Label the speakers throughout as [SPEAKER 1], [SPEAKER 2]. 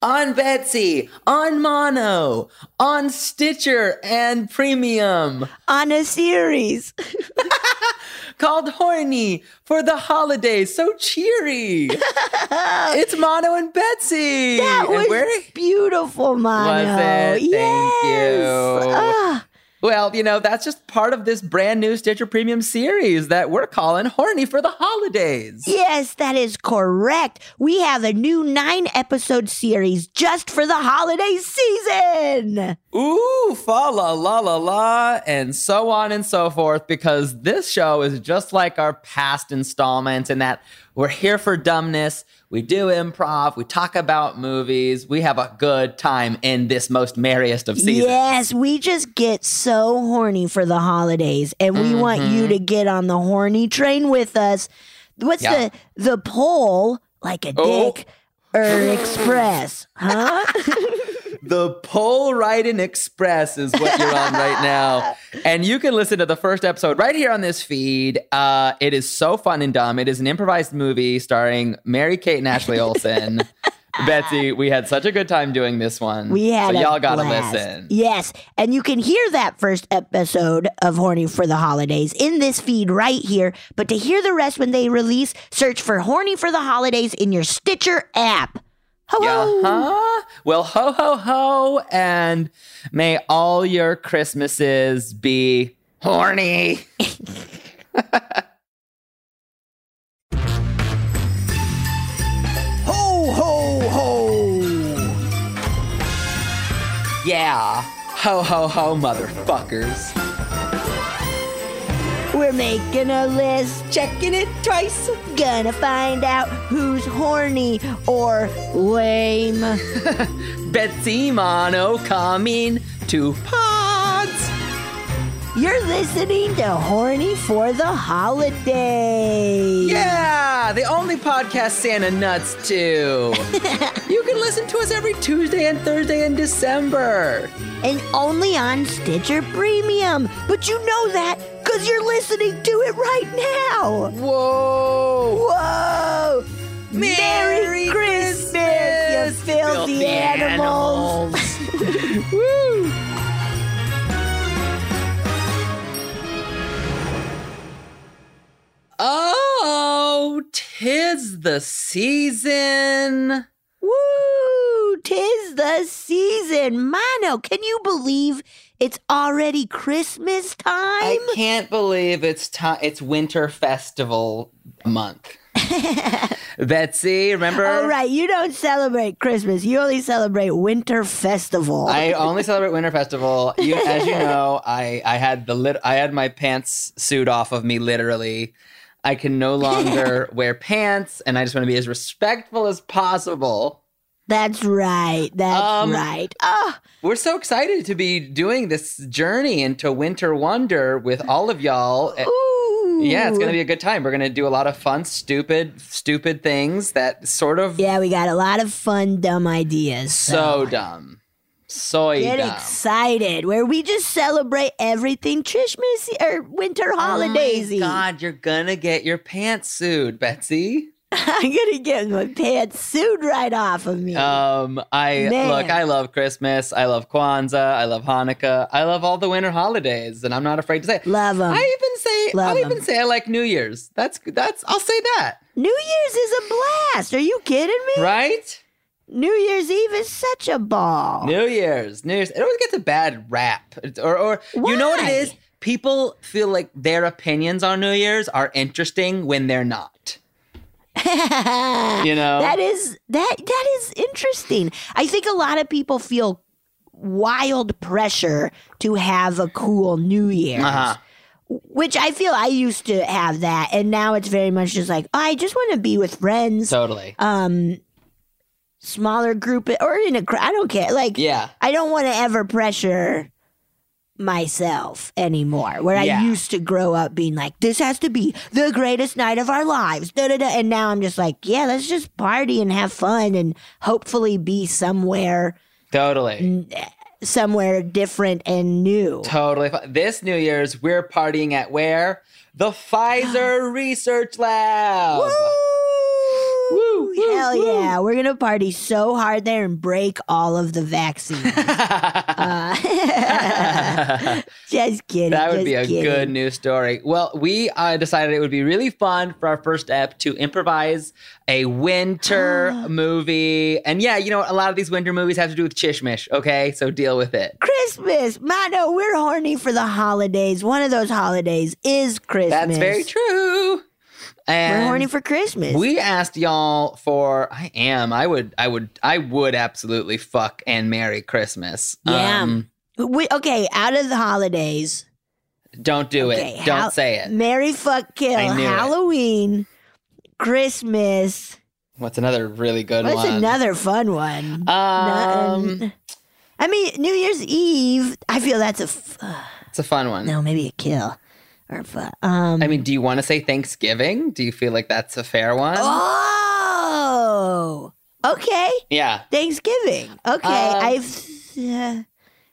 [SPEAKER 1] on Betsy, on Mono, on Stitcher and Premium,
[SPEAKER 2] on a series.
[SPEAKER 1] called Horny for the holidays. So cheery. it's Mono and Betsy.
[SPEAKER 2] That
[SPEAKER 1] and
[SPEAKER 2] was
[SPEAKER 1] we're-
[SPEAKER 2] beautiful, Mono.
[SPEAKER 1] it? Thank
[SPEAKER 2] yes.
[SPEAKER 1] you.
[SPEAKER 2] Ah,
[SPEAKER 1] well, you know, that's just part of this brand new Stitcher Premium series that we're calling Horny for the holidays.
[SPEAKER 2] yes, that is correct. We have a new nine episode series just for the holiday season.
[SPEAKER 1] Ooh, fa la la la la, and so on and so forth, because this show is just like our past installments in that we're here for dumbness. We do improv, we talk about movies, we have a good time in this most merriest of seasons.
[SPEAKER 2] Yes, we just get so horny for the holidays, and we want you
[SPEAKER 1] Mm-hmm.
[SPEAKER 2] to get on the horny train with us. What's
[SPEAKER 1] Yeah.
[SPEAKER 2] the the poll like a
[SPEAKER 1] Oh.
[SPEAKER 2] dick or express, huh?
[SPEAKER 1] The Pole Riding Express is what you're on right now. And you can listen to the first episode right here on this feed. Uh, it is so fun and dumb. It is an improvised movie starring Mary Kate and Ashley Olsen. Betsy, we had such a good time doing this one.
[SPEAKER 2] We had
[SPEAKER 1] so
[SPEAKER 2] a
[SPEAKER 1] y'all gotta
[SPEAKER 2] blast.
[SPEAKER 1] listen.
[SPEAKER 2] Yes, and you can hear that first episode of Horny for the Holidays in this feed right here. But to hear the rest when they release, search for Horny for the Holidays in your Stitcher app. Ho ho.
[SPEAKER 1] Uh-huh. Well, ho ho ho, and may all your Christmases be horny.
[SPEAKER 3] Ho, ho, ho!
[SPEAKER 1] Yeah. Ho ho ho, motherfuckers.
[SPEAKER 2] We're making a list,
[SPEAKER 3] Checking it twice.
[SPEAKER 2] gonna find out who's horny or lame.
[SPEAKER 1] Betsy Mono coming to pods.
[SPEAKER 2] You're listening to Horny for the Holidays.
[SPEAKER 1] Yeah, the only podcast Santa nuts to. you can listen to us every Tuesday and Thursday in December.
[SPEAKER 2] and only on Stitcher Premium. But you know that because you're listening to it right now.
[SPEAKER 1] Whoa!
[SPEAKER 2] Whoa! Merry, Christmas, you filthy, animals.
[SPEAKER 1] animals. Woo! Oh, tis the season.
[SPEAKER 2] Woo! Tis the season. Mono, can you believe it's already Christmas time?
[SPEAKER 1] I can't believe it's time. It's winter festival month. Betsy, remember?
[SPEAKER 2] All right, you don't celebrate Christmas. You only celebrate Winter Festival.
[SPEAKER 1] I only celebrate winter festival. You, as you know, I I had the lit- I had my pants suit off of me literally. I can no longer wear pants, and I just want to be as respectful as possible.
[SPEAKER 2] That's right. That's
[SPEAKER 1] Um,
[SPEAKER 2] right. Oh,
[SPEAKER 1] We're so excited to be doing this journey into winter wonder with all of y'all. Eh,
[SPEAKER 2] ooh.
[SPEAKER 1] Yeah, it's gonna be a good time. We're gonna do a lot of fun, stupid, stupid things that sort of
[SPEAKER 2] Yeah, we got a lot of fun, dumb ideas.
[SPEAKER 1] so dumb, soy
[SPEAKER 2] get
[SPEAKER 1] dumb.
[SPEAKER 2] excited, where we just celebrate everything Christmas or winter holidays.
[SPEAKER 1] Oh my God, you're gonna get your pants sued, Betsy.
[SPEAKER 2] I'm gonna get my pants sued right off of me.
[SPEAKER 1] Um, I
[SPEAKER 2] Man.
[SPEAKER 1] look, I love Christmas, I love Kwanzaa, I love Hanukkah, I love all the winter holidays, and I'm not afraid to say. It.
[SPEAKER 2] Love 'em.
[SPEAKER 1] I even say,
[SPEAKER 2] Love
[SPEAKER 1] I'll
[SPEAKER 2] 'em.
[SPEAKER 1] even say I like New Year's. That's that's. I'll say that,
[SPEAKER 2] New Year's is a blast. Are you kidding me?
[SPEAKER 1] right?
[SPEAKER 2] New Year's Eve is such a ball.
[SPEAKER 1] New Year's, New Year's. It always gets a bad rap, It's- or or you know what it
[SPEAKER 2] Why?
[SPEAKER 1] is? people feel like their opinions on New Year's are interesting when they're not. You know?
[SPEAKER 2] That is that that is interesting. I think a lot of people feel wild pressure to have a cool New Year's.
[SPEAKER 1] Uh-huh.
[SPEAKER 2] Which I feel I used to have that and now it's very much just like, "Oh, I just want to be with friends.
[SPEAKER 1] Totally.
[SPEAKER 2] um smaller group or in a crowd. I don't care. Like
[SPEAKER 1] Yeah.
[SPEAKER 2] I don't want to ever pressure myself anymore. Where
[SPEAKER 1] Yeah.
[SPEAKER 2] I used to grow up being like, this has to be the greatest night of our lives. Da, da, da. And now I'm just like, yeah, let's just party and have fun and hopefully be somewhere
[SPEAKER 1] Totally.
[SPEAKER 2] somewhere different and new.
[SPEAKER 1] Totally. fi- This New Year's, we're partying at where? The Pfizer Research Lab. Woo, woo,
[SPEAKER 2] Hell
[SPEAKER 1] woo.
[SPEAKER 2] yeah. We're gonna party so hard there and break all of the vaccines. Uh, just kidding.
[SPEAKER 1] That would
[SPEAKER 2] just
[SPEAKER 1] be a
[SPEAKER 2] kidding.
[SPEAKER 1] good news story. Well, we uh, decided it would be really fun for our first step to improvise a winter movie. And yeah, you know, what? a lot of these winter movies have to do with chishmish, okay? So deal with it.
[SPEAKER 2] Christmas, Mano, we're horny for the holidays. One of those holidays is Christmas.
[SPEAKER 1] That's very true. And
[SPEAKER 2] We're horny for Christmas.
[SPEAKER 1] we asked y'all for I am. I would I would I would absolutely fuck and marry Christmas.
[SPEAKER 2] Yeah.
[SPEAKER 1] Um,
[SPEAKER 2] We- okay, out of the holidays.
[SPEAKER 1] don't do
[SPEAKER 2] Okay,
[SPEAKER 1] it.
[SPEAKER 2] how-
[SPEAKER 1] Don't say it.
[SPEAKER 2] Merry fuck kill.
[SPEAKER 1] I knew it.
[SPEAKER 2] Halloween, Christmas.
[SPEAKER 1] What's another really good
[SPEAKER 2] What's
[SPEAKER 1] one?
[SPEAKER 2] another fun one?
[SPEAKER 1] Um,
[SPEAKER 2] Nothing. I mean, New Year's Eve. I feel that's a f- uh,
[SPEAKER 1] it's a fun one.
[SPEAKER 2] no, maybe a kill or a fu- um.
[SPEAKER 1] I mean, do you want to say Thanksgiving? Do you feel like that's a fair one?
[SPEAKER 2] oh, okay.
[SPEAKER 1] Yeah.
[SPEAKER 2] Thanksgiving. Okay,
[SPEAKER 1] Um,
[SPEAKER 2] I've. Uh,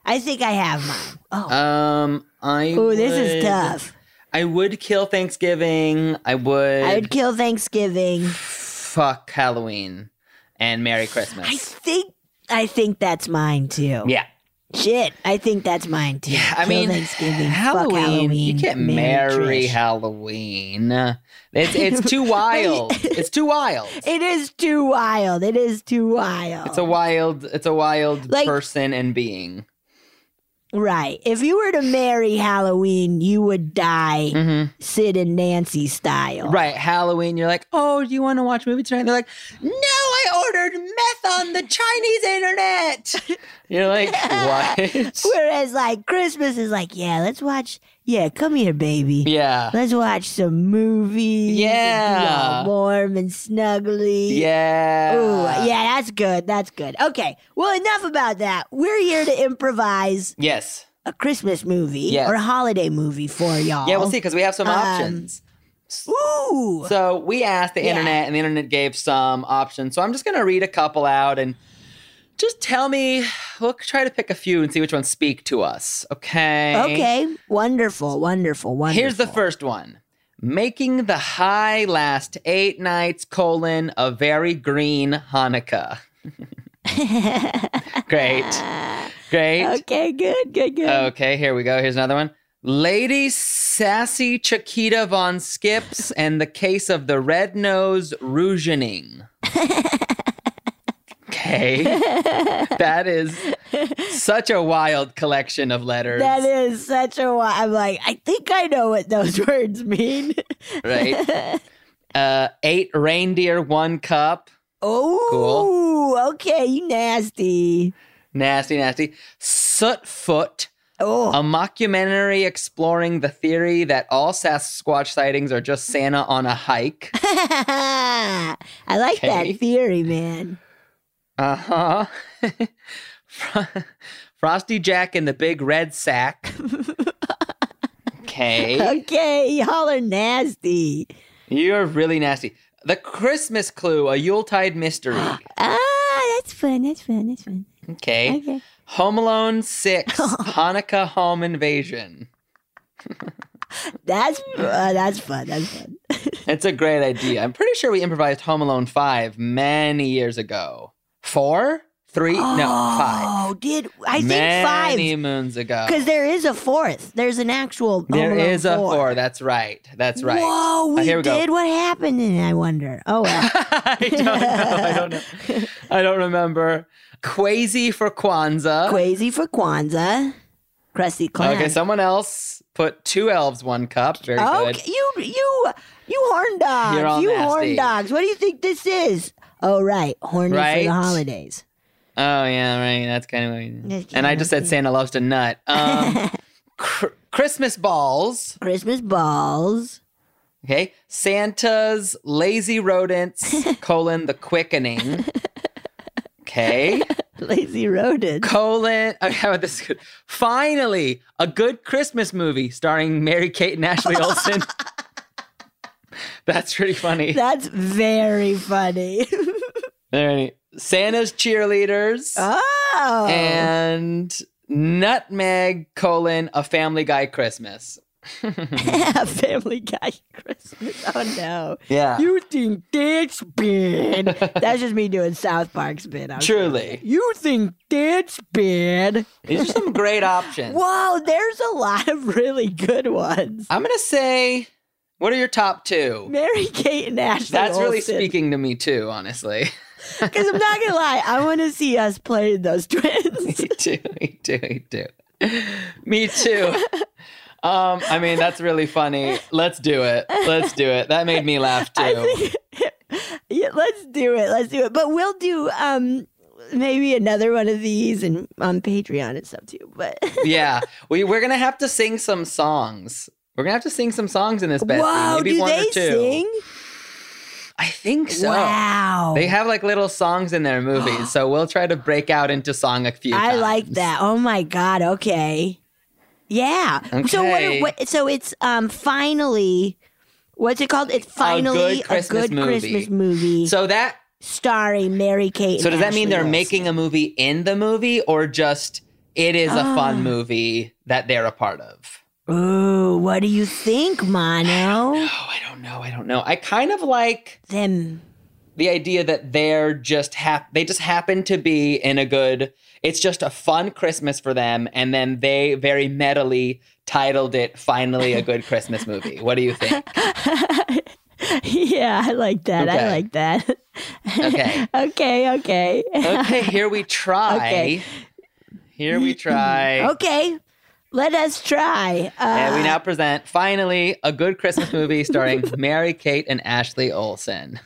[SPEAKER 2] I think I have mine. Oh,
[SPEAKER 1] Um, I.
[SPEAKER 2] ooh, this
[SPEAKER 1] would-
[SPEAKER 2] is tough.
[SPEAKER 1] I would kill Thanksgiving. I would.
[SPEAKER 2] I would kill Thanksgiving.
[SPEAKER 1] fuck Halloween, and Merry
[SPEAKER 2] I
[SPEAKER 1] Christmas.
[SPEAKER 2] think. I think that's mine too.
[SPEAKER 1] yeah.
[SPEAKER 2] Shit, I think that's mine too.
[SPEAKER 1] Yeah, I
[SPEAKER 2] Kill
[SPEAKER 1] mean,
[SPEAKER 2] Thanksgiving.
[SPEAKER 1] Halloween,
[SPEAKER 2] Fuck Halloween.
[SPEAKER 1] You can't
[SPEAKER 2] marry
[SPEAKER 1] marry
[SPEAKER 2] Trish.
[SPEAKER 1] Halloween. It's it's too wild. It's too wild.
[SPEAKER 2] It is too wild. It is too wild.
[SPEAKER 1] It's a wild. It's a wild
[SPEAKER 2] Like-
[SPEAKER 1] person and being.
[SPEAKER 2] right. If you were to marry Halloween, you would die
[SPEAKER 1] Mhm.
[SPEAKER 2] Sid and Nancy style.
[SPEAKER 1] Right, Halloween. You're like, oh, do you want to watch a movie tonight? They're like, no, I ordered meth on the Chinese internet. You're like, what?
[SPEAKER 2] Whereas like Christmas is like, yeah, let's watch. Yeah, come here, baby.
[SPEAKER 1] yeah,
[SPEAKER 2] Let's watch some movies. and be
[SPEAKER 1] Yeah.
[SPEAKER 2] all warm and snuggly.
[SPEAKER 1] yeah,
[SPEAKER 2] Ooh, yeah, that's good. That's good. Okay. Well, enough about that. We're here to improvise
[SPEAKER 1] Yes,
[SPEAKER 2] a Christmas movie
[SPEAKER 1] Yes.
[SPEAKER 2] or a holiday movie for y'all.
[SPEAKER 1] yeah. We'll see because we have some
[SPEAKER 2] Um,
[SPEAKER 1] options.
[SPEAKER 2] Ooh.
[SPEAKER 1] So we asked the
[SPEAKER 2] Yeah.
[SPEAKER 1] internet, and the internet gave some options. So I'm just gonna read a couple out and just tell me. We'll try to pick a few and see which ones speak to us. Okay.
[SPEAKER 2] okay. Wonderful. Wonderful. Wonderful.
[SPEAKER 1] Here's the first one. Making the high last eight nights, colon, a very green Hanukkah. Great. Great. Okay.
[SPEAKER 2] Okay. Good. Good. Good.
[SPEAKER 1] here we go. Here's another one. Lady Sassy Chiquita Von Skips and the case of the red nose rougening. Okay. that is such a wild collection of letters.
[SPEAKER 2] That is such a. wi- I'm like, I think I know what those words mean.
[SPEAKER 1] right? Uh, eight reindeer, one cup.
[SPEAKER 2] Oh. Okay. You nasty.
[SPEAKER 1] Nasty, nasty. Sootfoot,
[SPEAKER 2] Oh.
[SPEAKER 1] a mockumentary exploring the theory that all Sasquatch sightings are just Santa on a hike.
[SPEAKER 2] I like
[SPEAKER 1] Okay.
[SPEAKER 2] that theory, man.
[SPEAKER 1] Uh huh. Fro- Frosty Jack and the Big Red Sack. Okay.
[SPEAKER 2] Okay, y'all are nasty.
[SPEAKER 1] You're really nasty. The Christmas Clue, a Yuletide mystery.
[SPEAKER 2] Ah, that's fun. That's fun. That's fun.
[SPEAKER 1] Okay.
[SPEAKER 2] Okay.
[SPEAKER 1] Home Alone 6, Hanukkah Home Invasion.
[SPEAKER 2] That's uh, that's fun. That's fun.
[SPEAKER 1] It's a great idea. I'm pretty sure we improvised Home Alone 5 many years ago. Four? Three? no, five.
[SPEAKER 2] Oh, did I think
[SPEAKER 1] many
[SPEAKER 2] five?
[SPEAKER 1] moons ago.
[SPEAKER 2] Because there is a fourth. There's an actual. Home
[SPEAKER 1] Uh, There
[SPEAKER 2] Alone
[SPEAKER 1] is a
[SPEAKER 2] four.
[SPEAKER 1] four. That's right. That's right.
[SPEAKER 2] Whoa, we,
[SPEAKER 1] Uh, here we go.
[SPEAKER 2] did. What happened? And I wonder. Oh well.
[SPEAKER 1] I don't know. I don't know. I don't remember. Quasi for Kwanzaa.
[SPEAKER 2] Crazy for Kwanzaa. Krusty Clown.
[SPEAKER 1] Uh-huh. Okay, someone else put two elves, one cup. Very good.
[SPEAKER 2] Okay, you you you horn dogs.
[SPEAKER 1] all
[SPEAKER 2] you horn
[SPEAKER 1] nasty.
[SPEAKER 2] dogs. What do you think this is? Oh right, horny for
[SPEAKER 1] Right?
[SPEAKER 2] the holidays.
[SPEAKER 1] Oh yeah, right. That's kind of. What
[SPEAKER 2] That's
[SPEAKER 1] you and I
[SPEAKER 2] kinda
[SPEAKER 1] just said Santa loves to nut. Um, cr- Christmas balls.
[SPEAKER 2] Christmas balls.
[SPEAKER 1] Okay, Santa's lazy rodents colon the quickening. Okay,
[SPEAKER 2] Lazy rodents.
[SPEAKER 1] colon. Okay, how about this? is good. Finally, a good Christmas movie starring Mary Kate and Ashley Olsen. That's pretty funny.
[SPEAKER 2] That's very funny.
[SPEAKER 1] There any Santa's cheerleaders
[SPEAKER 2] oh.
[SPEAKER 1] and nutmeg colon a Family Guy Christmas.
[SPEAKER 2] Family Guy Christmas. Oh no.
[SPEAKER 1] Yeah,
[SPEAKER 2] You think that's bad? That's just me doing South Park spin. I'm sorry.
[SPEAKER 1] truly.
[SPEAKER 2] You think that's bad?
[SPEAKER 1] These are some great options.
[SPEAKER 2] Whoa, there's a lot of really good ones.
[SPEAKER 1] I'm gonna say, what are your top two?
[SPEAKER 2] Mary Kate and Ashley.
[SPEAKER 1] That's really
[SPEAKER 2] Olsen.
[SPEAKER 1] speaking to me too, honestly.
[SPEAKER 2] Because I'm not gonna lie, I want to see us play those
[SPEAKER 1] me
[SPEAKER 2] twins.
[SPEAKER 1] too. Me too. Me too. Me too. Um, I mean, that's really funny. Let's do it. Let's do it. That made me laugh too.
[SPEAKER 2] I think, yeah, let's do it. Let's do it. But we'll do um maybe another one of these and on Patreon and stuff too. But
[SPEAKER 1] yeah, we we're gonna have to sing some songs. We're gonna have to sing some songs in this Betsy.
[SPEAKER 2] wow,
[SPEAKER 1] Maybe
[SPEAKER 2] do
[SPEAKER 1] one
[SPEAKER 2] they
[SPEAKER 1] or two.
[SPEAKER 2] sing?
[SPEAKER 1] I think so.
[SPEAKER 2] wow,
[SPEAKER 1] They have like little songs in their movies, so we'll try to break out into song a few.
[SPEAKER 2] I
[SPEAKER 1] times.
[SPEAKER 2] like that. Oh my god. Okay. Yeah. So what, are-
[SPEAKER 1] Okay.
[SPEAKER 2] what? So it's um finally. What's it called? It's finally a
[SPEAKER 1] Christmas
[SPEAKER 2] good
[SPEAKER 1] movie.
[SPEAKER 2] Christmas movie
[SPEAKER 1] So that
[SPEAKER 2] starring Mary Kate.
[SPEAKER 1] so does
[SPEAKER 2] and
[SPEAKER 1] that mean
[SPEAKER 2] Ashley
[SPEAKER 1] they're
[SPEAKER 2] Olsen.
[SPEAKER 1] making a movie in the movie, or just it is a
[SPEAKER 2] Ah.
[SPEAKER 1] fun movie that they're a part of?
[SPEAKER 2] Ooh, what do you think, Mono?
[SPEAKER 1] Oh, I don't know. I don't know. I kind of like
[SPEAKER 2] Them.
[SPEAKER 1] the idea that they're just hap- they just happen to be in a good it's just a fun christmas for them and then they very metally titled it finally a good christmas movie what do you think
[SPEAKER 2] yeah, I like that. I
[SPEAKER 1] Okay.
[SPEAKER 2] like that.
[SPEAKER 1] Okay.
[SPEAKER 2] okay, okay.
[SPEAKER 1] okay here we try
[SPEAKER 2] Okay.
[SPEAKER 1] here we try
[SPEAKER 2] Okay. Let us try. Uh,
[SPEAKER 1] and we now present finally a good christmas movie starring mary kate and ashley olsen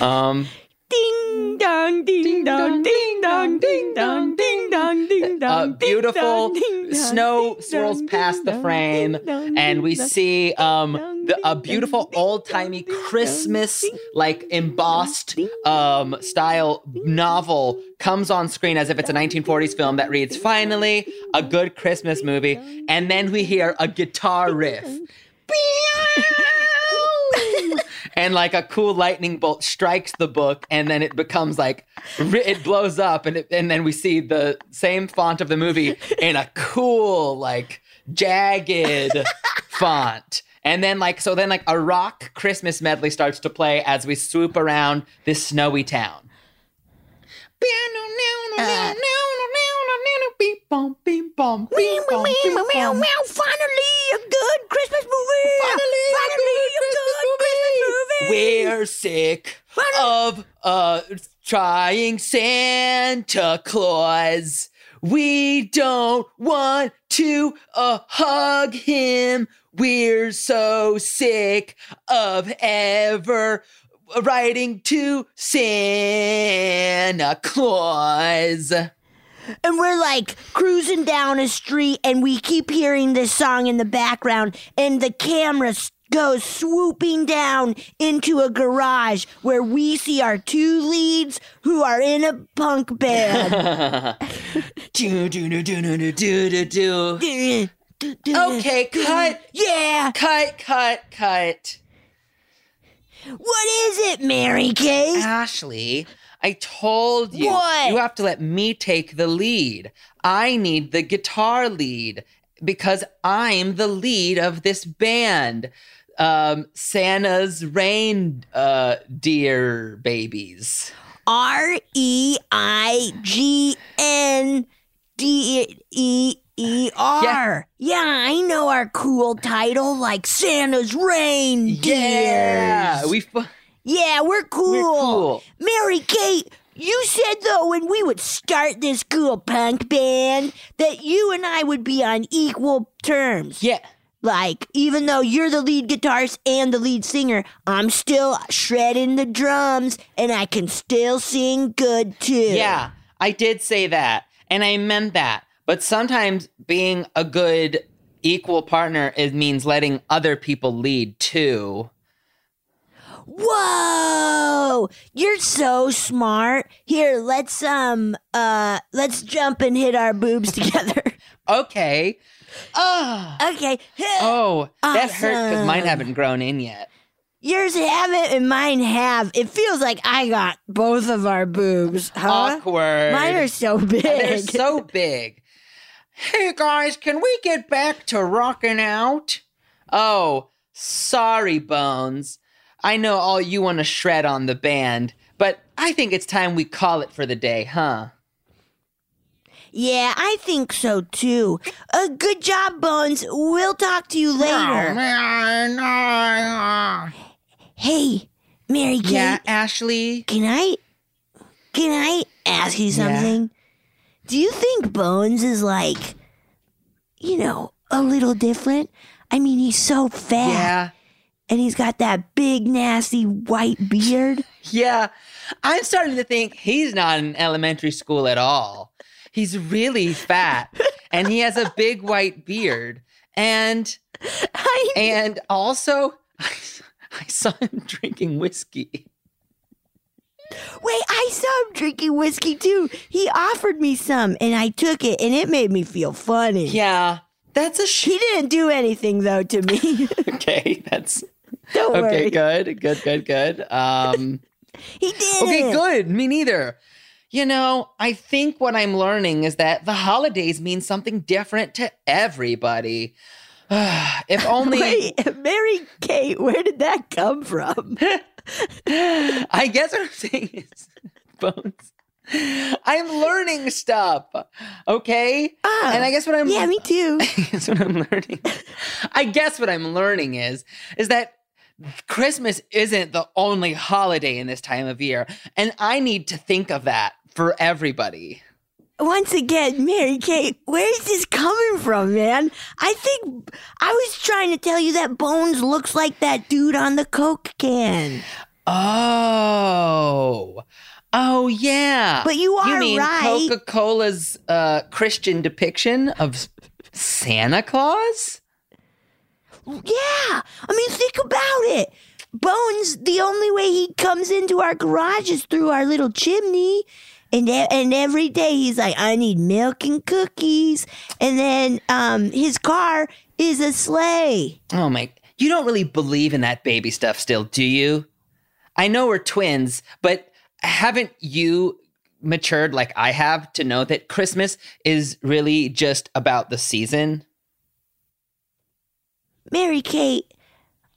[SPEAKER 1] um
[SPEAKER 2] ding dong, ding, dong, ding dong, ding dong, ding dong, ding dong.
[SPEAKER 1] uh,
[SPEAKER 2] ding
[SPEAKER 1] beautiful
[SPEAKER 2] dong, ding dong,
[SPEAKER 1] snow
[SPEAKER 2] ding
[SPEAKER 1] swirls
[SPEAKER 2] dong,
[SPEAKER 1] past
[SPEAKER 2] ding
[SPEAKER 1] the
[SPEAKER 2] dong,
[SPEAKER 1] frame
[SPEAKER 2] ding dong,
[SPEAKER 1] and we
[SPEAKER 2] ding dong.
[SPEAKER 1] see um
[SPEAKER 2] dong,
[SPEAKER 1] the, a
[SPEAKER 2] ding
[SPEAKER 1] beautiful
[SPEAKER 2] dong, ding
[SPEAKER 1] old-timey
[SPEAKER 2] dong, ding dong,
[SPEAKER 1] christmas
[SPEAKER 2] ding dong,
[SPEAKER 1] like embossed
[SPEAKER 2] ding
[SPEAKER 1] um style novel comes on screen as if it's a 1940s film that reads finally a good christmas movie and then we hear a guitar riff
[SPEAKER 2] Oh,
[SPEAKER 1] and like a cool lightning bolt strikes the book and then it becomes like ri- it blows up and it, and then we see the same font of the movie in a cool like jagged font and then like so then like a rock christmas medley starts to play as we swoop around this snowy town
[SPEAKER 2] Meow, meow, meow, meow, meow. Finally, a good Christmas movie. Finally, a good Christmas movie.
[SPEAKER 1] We're sick of uh trying Santa Claus. We don't want to uh, hug him. We're so sick of ever writing to Santa Claus.
[SPEAKER 2] And we're like cruising down a street and we keep hearing this song in the background and the camera s- goes swooping down into a garage where we see our two leads who are in a punk band.
[SPEAKER 1] Do do do do do do do do. Okay, cut,
[SPEAKER 2] Yeah.
[SPEAKER 1] cut, cut, cut.
[SPEAKER 2] What is it, Mary Kate?
[SPEAKER 1] Ashley, I told you.
[SPEAKER 2] What?
[SPEAKER 1] You have to let me take the lead. I need the guitar lead because I'm the lead of this band. Um, Santa's rain uh, deer babies.
[SPEAKER 2] R E I G N D E E R. Yeah, I know our cool title, like Santa's Reindeers.
[SPEAKER 1] Yeah, we. Fu-
[SPEAKER 2] yeah, we're cool.
[SPEAKER 1] We're cool.
[SPEAKER 2] Mary Kate, You said though when we would start this cool punk band that you and I would be on equal terms.
[SPEAKER 1] Yeah.
[SPEAKER 2] Like even though you're the lead guitarist and the lead singer, I'm still shredding the drums and I can still sing good too.
[SPEAKER 1] Yeah, I did say that, and I meant that. But sometimes being a good equal partner it means letting other people lead too.
[SPEAKER 2] Whoa! You're so smart. Here, let's um uh let's jump and hit our boobs together.
[SPEAKER 1] Okay. Oh,
[SPEAKER 2] okay.
[SPEAKER 1] oh that hurt because mine
[SPEAKER 2] Awesome.
[SPEAKER 1] haven't grown in yet.
[SPEAKER 2] Yours have it and mine have. It feels like I got both of our boobs. Huh?
[SPEAKER 1] Awkward.
[SPEAKER 2] Mine are so big.
[SPEAKER 1] They're so big. Hey guys, can we get back to rocking out? Oh, sorry, Bones. I know all you want to shred on the band, but I think it's time we call it for the day, huh?
[SPEAKER 2] yeah, I think so too. Uh, good job, Bones. We'll talk to you
[SPEAKER 1] Oh,
[SPEAKER 2] later.
[SPEAKER 1] Yeah,
[SPEAKER 2] Hey, Mary Kate,
[SPEAKER 1] Ashley.
[SPEAKER 2] can I can I ask you
[SPEAKER 1] Yeah.
[SPEAKER 2] something? Do you think Bones is like, you know, a little different? I mean, he's so fat
[SPEAKER 1] Yeah.
[SPEAKER 2] and he's got that big, nasty white beard.
[SPEAKER 1] Yeah. I'm starting to think he's not in elementary school at all. He's really fat and he has a big white beard. And
[SPEAKER 2] I
[SPEAKER 1] and also I, I saw him drinking whiskey.
[SPEAKER 2] Wait, I saw him drinking whiskey too. He offered me some and I took it and it made me feel funny.
[SPEAKER 1] Yeah. That's a
[SPEAKER 2] He
[SPEAKER 1] shit.
[SPEAKER 2] didn't do anything though to me.
[SPEAKER 1] Okay, that's
[SPEAKER 2] Don't
[SPEAKER 1] okay.
[SPEAKER 2] worry.
[SPEAKER 1] Good, good, good, good. Um,
[SPEAKER 2] He did.
[SPEAKER 1] okay, good. Me neither. You know, I think what I'm learning is that the holidays mean something different to everybody. if only
[SPEAKER 2] Wait, Mary Kate, where did that come from?
[SPEAKER 1] I guess what I'm saying is bones. I'm learning stuff. Okay? and I guess what I'm
[SPEAKER 2] Ah. yeah, me too.
[SPEAKER 1] That's what I'm learning. I guess what I'm learning is is that Christmas isn't the only holiday in this time of year, and I need to think of that for everybody.
[SPEAKER 2] Once again, Mary Kate, where's this coming from, man? I think I was trying to tell you that Bones looks like that dude on the Coke can.
[SPEAKER 1] Oh. Oh yeah.
[SPEAKER 2] But you
[SPEAKER 1] you
[SPEAKER 2] are
[SPEAKER 1] mean
[SPEAKER 2] right.
[SPEAKER 1] Coca-Cola's uh, Christian depiction of s- Santa Claus?
[SPEAKER 2] Yeah. I mean, think about it. Bones, the only way he comes into our garage is through our little chimney. And, e- and every day he's like, I need milk and cookies. And then um, his car is a sleigh.
[SPEAKER 1] Oh my, you don't really believe in that baby stuff still, do you? I know we're twins, but haven't you matured like I have to know that Christmas is really just about the season?
[SPEAKER 2] Mary Kate,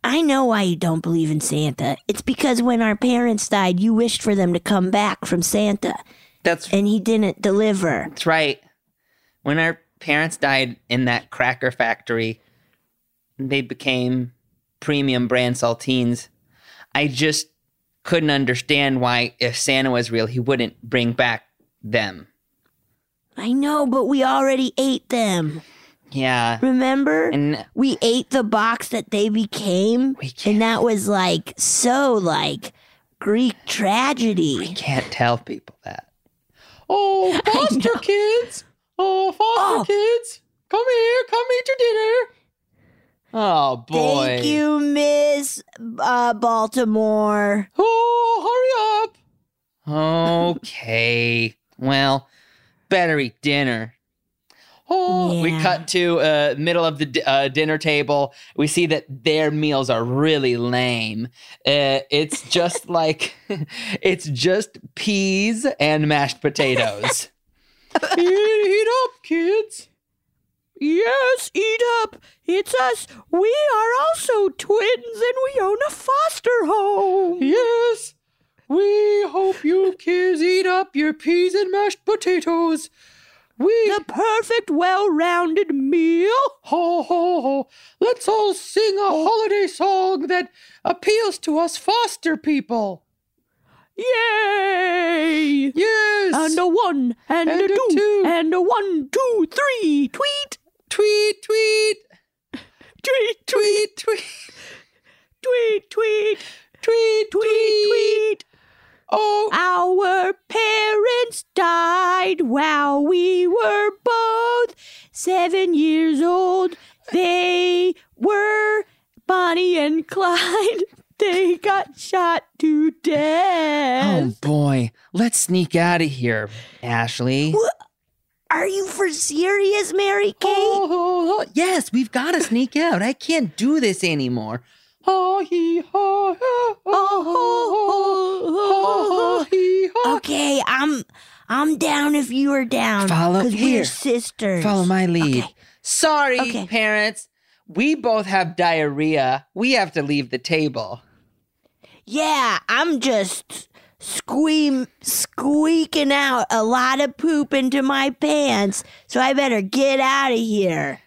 [SPEAKER 2] I know why you don't believe in Santa. It's because when our parents died, you wished for them to come back from Santa,
[SPEAKER 1] That's
[SPEAKER 2] and he didn't deliver.
[SPEAKER 1] that's right. When our parents died in that cracker factory, they became premium brand saltines. I just couldn't understand why if Santa was real, he wouldn't bring back them.
[SPEAKER 2] I know, but we already ate them.
[SPEAKER 1] Yeah.
[SPEAKER 2] Remember?
[SPEAKER 1] And
[SPEAKER 2] we ate the box that they became
[SPEAKER 1] We can't-
[SPEAKER 2] and that was like so like greek tragedy
[SPEAKER 1] can't tell people that. Oh, foster kids! Oh, foster
[SPEAKER 2] Oh.
[SPEAKER 1] kids! Come here, come eat your dinner. Oh boy!
[SPEAKER 2] thank you miss uh, baltimore
[SPEAKER 1] Oh, hurry up! Okay. well, better eat dinner. Oh, we
[SPEAKER 2] Yeah.
[SPEAKER 1] cut to uh, middle of the di- uh, dinner table. We see that their meals are really lame. Uh, it's just like it's just peas and mashed potatoes. eat, eat up, kids.
[SPEAKER 3] Yes, eat up. It's us. We are also twins and we own a foster home.
[SPEAKER 1] Yes. We hope you kids eat up your peas and mashed potatoes. We
[SPEAKER 3] The perfect, well rounded meal.
[SPEAKER 1] ho ho ho. Let's all sing a holiday song that appeals to us foster people.
[SPEAKER 3] Yay!
[SPEAKER 1] Yes.
[SPEAKER 2] Uh,
[SPEAKER 3] And a one, and,
[SPEAKER 1] And
[SPEAKER 3] a,
[SPEAKER 1] a
[SPEAKER 3] two,
[SPEAKER 1] two.
[SPEAKER 3] and a one, two, three. Tweet,
[SPEAKER 1] tweet, tweet,
[SPEAKER 3] tweet,
[SPEAKER 1] tweet, tweet,
[SPEAKER 3] tweet, tweet, tweet,
[SPEAKER 1] tweet,
[SPEAKER 3] tweet.
[SPEAKER 1] Oh,
[SPEAKER 3] Our parents died while we were both seven years old. They were Bonnie and Clyde. They got shot to
[SPEAKER 1] oh
[SPEAKER 3] death.
[SPEAKER 1] boy. Let's sneak out of here, Ashley.
[SPEAKER 2] Oh. Are you for serious, Mary Kate?
[SPEAKER 1] Oh, oh, oh, yes, we've got to sneak out. I can't do this anymore. Oh, he, oh, oh, oh, oh, he, oh.
[SPEAKER 2] Okay, I'm I'm down if you are down.
[SPEAKER 1] Follow
[SPEAKER 2] because
[SPEAKER 1] here.
[SPEAKER 2] we're sisters.
[SPEAKER 1] Follow my lead.
[SPEAKER 2] Okay.
[SPEAKER 1] Sorry,
[SPEAKER 2] Okay.
[SPEAKER 1] parents. We both have diarrhea. We have to leave the table.
[SPEAKER 2] Yeah, I'm just squeam squeaking out a lot of poop into my pants, so I better get out of here.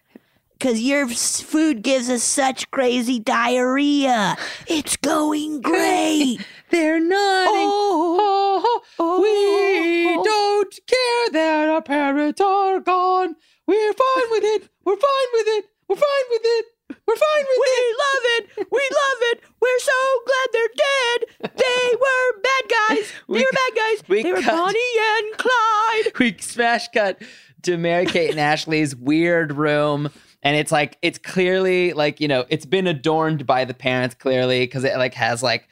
[SPEAKER 2] Cause your s- food gives us such crazy diarrhea. It's going great.
[SPEAKER 1] They're nodding. Oh, we don't care that our parents are gone. We're fine with it. We're fine with it. We're fine with it. We're fine with
[SPEAKER 3] We
[SPEAKER 1] it.
[SPEAKER 3] love it. We love it. We're so glad they're dead. They were bad guys.
[SPEAKER 1] We
[SPEAKER 3] They were
[SPEAKER 1] c-
[SPEAKER 3] bad guys.
[SPEAKER 1] we
[SPEAKER 3] They were
[SPEAKER 1] cut-
[SPEAKER 3] Bonnie and Clyde.
[SPEAKER 1] we smash cut to Mary Kate and Ashley's weird room. And it's like, it's clearly like, you know, it's been adorned by the parents clearly because it like has like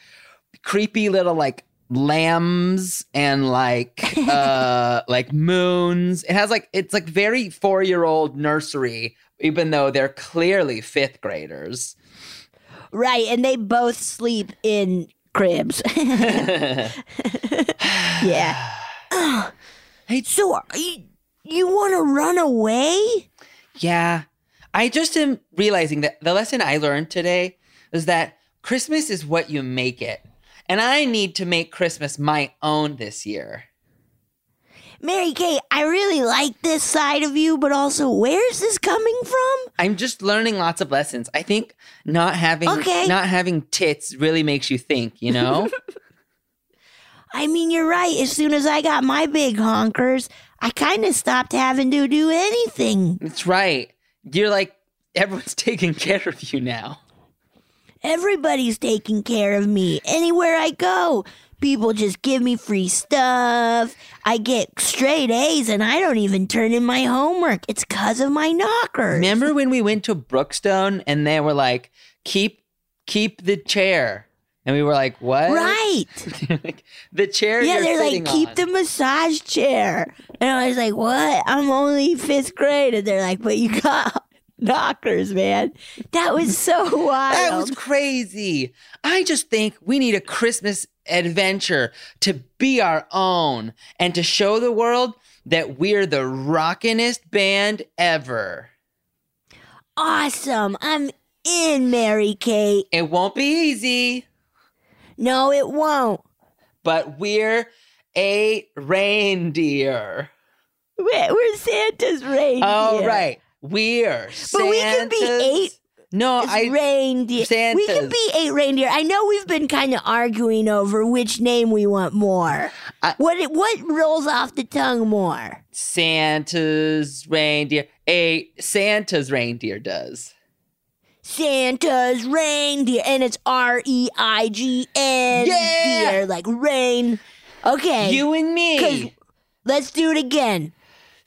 [SPEAKER 1] creepy little like lambs and like, uh, like moons. It has like, it's like very four year old nursery, even though they're clearly fifth graders.
[SPEAKER 2] right, and they both sleep in cribs. yeah. so are you, you want to run away?
[SPEAKER 1] Yeah. I just am realizing that the lesson I learned today is that Christmas is what you make it. And I need to make Christmas my own this year.
[SPEAKER 2] Mary Kate, I really like this side of you, but also where's this coming from?
[SPEAKER 1] I'm just learning lots of lessons. I think not having
[SPEAKER 2] Okay.
[SPEAKER 1] not having tits really makes you think, you know?
[SPEAKER 2] I mean, you're right. As soon as I got my big honkers, I kind of stopped having to do anything.
[SPEAKER 1] That's right. You're like everyone's taking care of you now.
[SPEAKER 2] Everybody's taking care of me anywhere I go. People just give me free stuff. I get straight A's and I don't even turn in my homework. It's because of my knockers.
[SPEAKER 1] Remember when we went to Brookstone and they were like, "Keep keep the chair." And we were like, "What?"
[SPEAKER 2] Right.
[SPEAKER 1] Like, the chair
[SPEAKER 2] Yeah,
[SPEAKER 1] you're
[SPEAKER 2] they're like,
[SPEAKER 1] sitting
[SPEAKER 2] keep
[SPEAKER 1] on."
[SPEAKER 2] the massage chair. And I was like, what? I'm only fifth grade. And they're like, but you got knockers, man. That was so wild.
[SPEAKER 1] That was crazy. I just think we need a Christmas adventure to be our own and to show the world that we're the rockinest band ever.
[SPEAKER 2] awesome. I'm in, Mary Kate.
[SPEAKER 1] It won't be easy,
[SPEAKER 2] No, it won't.
[SPEAKER 1] but we're a reindeer.
[SPEAKER 2] We're, we're Santa's reindeer.
[SPEAKER 1] All Oh, right. We're
[SPEAKER 2] But we could be
[SPEAKER 1] Santa's-
[SPEAKER 2] eight-
[SPEAKER 1] No,
[SPEAKER 2] It's
[SPEAKER 1] Oh, I
[SPEAKER 2] reindeer. We
[SPEAKER 1] Santa's.
[SPEAKER 2] could be eight reindeer. I know we've been kind of arguing over which name we want more.
[SPEAKER 1] I-
[SPEAKER 2] what what rolls off the tongue more?
[SPEAKER 1] Santa's reindeer. A Santa's reindeer does.
[SPEAKER 2] Santa's reindeer, and it's R E I G N
[SPEAKER 1] Yeah!
[SPEAKER 2] deer, like rain. Okay,
[SPEAKER 1] You and me.
[SPEAKER 2] 'Cause- let's do it again.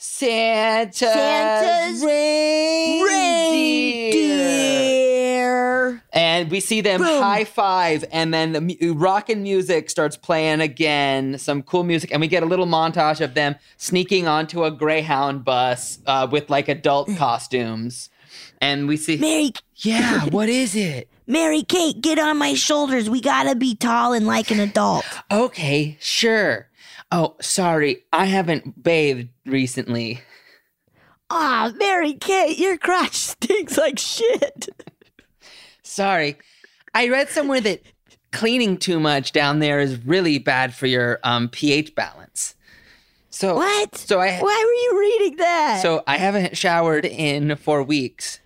[SPEAKER 1] Santa's,
[SPEAKER 2] Santa's
[SPEAKER 1] reindeer.
[SPEAKER 2] Reindeer.
[SPEAKER 1] And we see them
[SPEAKER 2] Boom.
[SPEAKER 1] high five, and then the mu- rockin' music starts playing again, some cool music, and we get a little montage of them sneaking onto a Greyhound bus uh, with like
[SPEAKER 2] Mm.
[SPEAKER 1] adult costumes. And we see,
[SPEAKER 2] Mary,
[SPEAKER 1] yeah, what is it?
[SPEAKER 2] Mary Kate, get on my shoulders. We gotta be tall and like an adult.
[SPEAKER 1] Okay, sure. Oh, sorry, I haven't bathed recently.
[SPEAKER 2] Ah, Mary Kate, your crotch stinks like shit.
[SPEAKER 1] Sorry. I read somewhere that cleaning too much down there is really bad for your um, pH balance. So
[SPEAKER 2] What?
[SPEAKER 1] So I
[SPEAKER 2] Why were you reading that?
[SPEAKER 1] so I haven't showered in 4 weeks.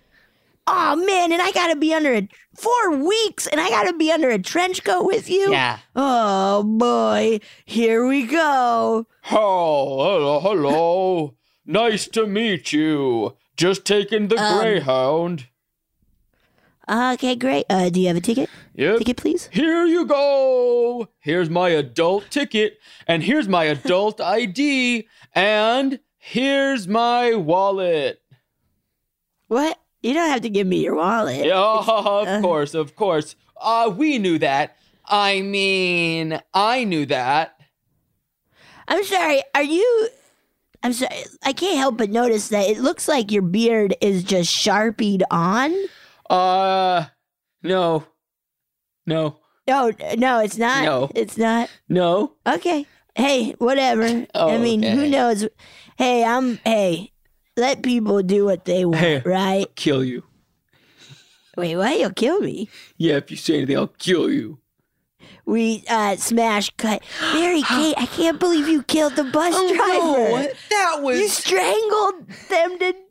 [SPEAKER 2] oh man, and I gotta be under a four weeks and I gotta be under a trench coat with you.
[SPEAKER 1] Yeah.
[SPEAKER 2] Oh boy, here we go.
[SPEAKER 4] Oh, hello, hello. nice to meet you. Just taking the
[SPEAKER 2] Um,
[SPEAKER 4] Greyhound.
[SPEAKER 2] Okay, great. Uh, do you have a ticket?
[SPEAKER 4] Yep.
[SPEAKER 2] Ticket, please.
[SPEAKER 4] Here you go. Here's my adult ticket, and here's my adult ID, and here's my wallet.
[SPEAKER 2] What? You don't have to give me your wallet.
[SPEAKER 4] Yeah, of
[SPEAKER 2] uh,
[SPEAKER 4] course, of course. Uh, we knew that. I mean, I knew that.
[SPEAKER 2] I'm sorry. Are you? I'm sorry. I can't help but notice that it looks like your beard is just sharpied on.
[SPEAKER 4] Uh, no, no,
[SPEAKER 2] No, no, it's not.
[SPEAKER 4] No.
[SPEAKER 2] it's not.
[SPEAKER 4] no.
[SPEAKER 2] Okay. Hey, whatever. I mean, who
[SPEAKER 4] Oh, Okay.
[SPEAKER 2] knows? Hey, I'm. Hey, let people do what they want,
[SPEAKER 4] Hey.
[SPEAKER 2] right?
[SPEAKER 4] Kill you.
[SPEAKER 2] Wait, what? You'll kill me.
[SPEAKER 4] Yeah, if you say anything, I'll kill you.
[SPEAKER 2] We uh smash cut. Mary Kate, I can't believe you killed the bus driver.
[SPEAKER 1] that
[SPEAKER 2] You
[SPEAKER 1] Oh, was.
[SPEAKER 2] strangled them to death.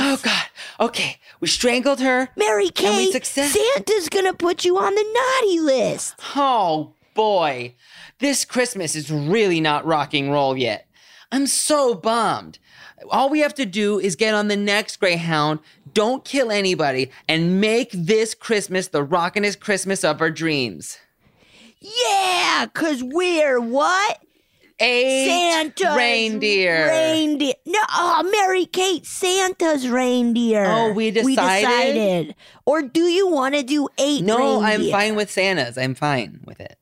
[SPEAKER 1] Oh God. Okay, we strangled her. And
[SPEAKER 2] Mary
[SPEAKER 1] we
[SPEAKER 2] Kate,
[SPEAKER 1] success-
[SPEAKER 2] Santa's gonna put you on the naughty list.
[SPEAKER 1] Oh boy, this Christmas is really not rock and roll yet. I'm so bummed. All we have to do is get on the next Greyhound, don't kill anybody, and make this Christmas the rockin'est Christmas of our dreams.
[SPEAKER 2] Yeah, cause we're what?
[SPEAKER 1] Eight
[SPEAKER 2] Santa's
[SPEAKER 1] reindeer.
[SPEAKER 2] Reindeer. No, oh, Mary Kate, Santa's reindeer.
[SPEAKER 1] Oh, we
[SPEAKER 2] We
[SPEAKER 1] decided?
[SPEAKER 2] decided. Or do you want to do eight?
[SPEAKER 1] No, I'm
[SPEAKER 2] reindeer?
[SPEAKER 1] fine with Santa's. I'm fine with it.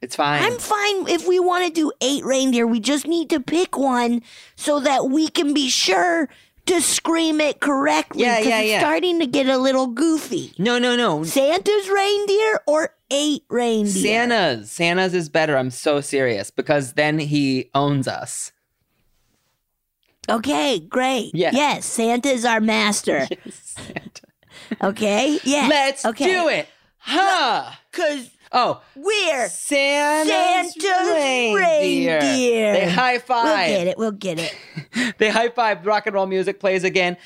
[SPEAKER 1] It's fine.
[SPEAKER 2] I'm fine if we want to do eight reindeer. We just need to pick one so that we can be sure to scream it correctly.
[SPEAKER 1] Yeah,
[SPEAKER 2] 'cause
[SPEAKER 1] yeah,
[SPEAKER 2] it's
[SPEAKER 1] yeah.
[SPEAKER 2] starting to get a little goofy.
[SPEAKER 1] no, no, no.
[SPEAKER 2] Santa's reindeer or eight reindeer?
[SPEAKER 1] Santa's. Santa's is better. I'm so serious because then he owns us.
[SPEAKER 2] Okay, great.
[SPEAKER 1] Yeah.
[SPEAKER 2] Yes, Santa's our master.
[SPEAKER 1] Santa.
[SPEAKER 2] Okay? Yes.
[SPEAKER 1] Let's
[SPEAKER 2] okay.
[SPEAKER 1] do it. Huh.
[SPEAKER 2] Because
[SPEAKER 1] Oh,
[SPEAKER 2] we're.
[SPEAKER 1] Santa's,
[SPEAKER 2] Santa's
[SPEAKER 1] reindeer.
[SPEAKER 2] reindeer.
[SPEAKER 1] They high
[SPEAKER 2] We'll
[SPEAKER 1] five.
[SPEAKER 2] get it. We'll get it.
[SPEAKER 1] They high five. Rock and roll music plays again.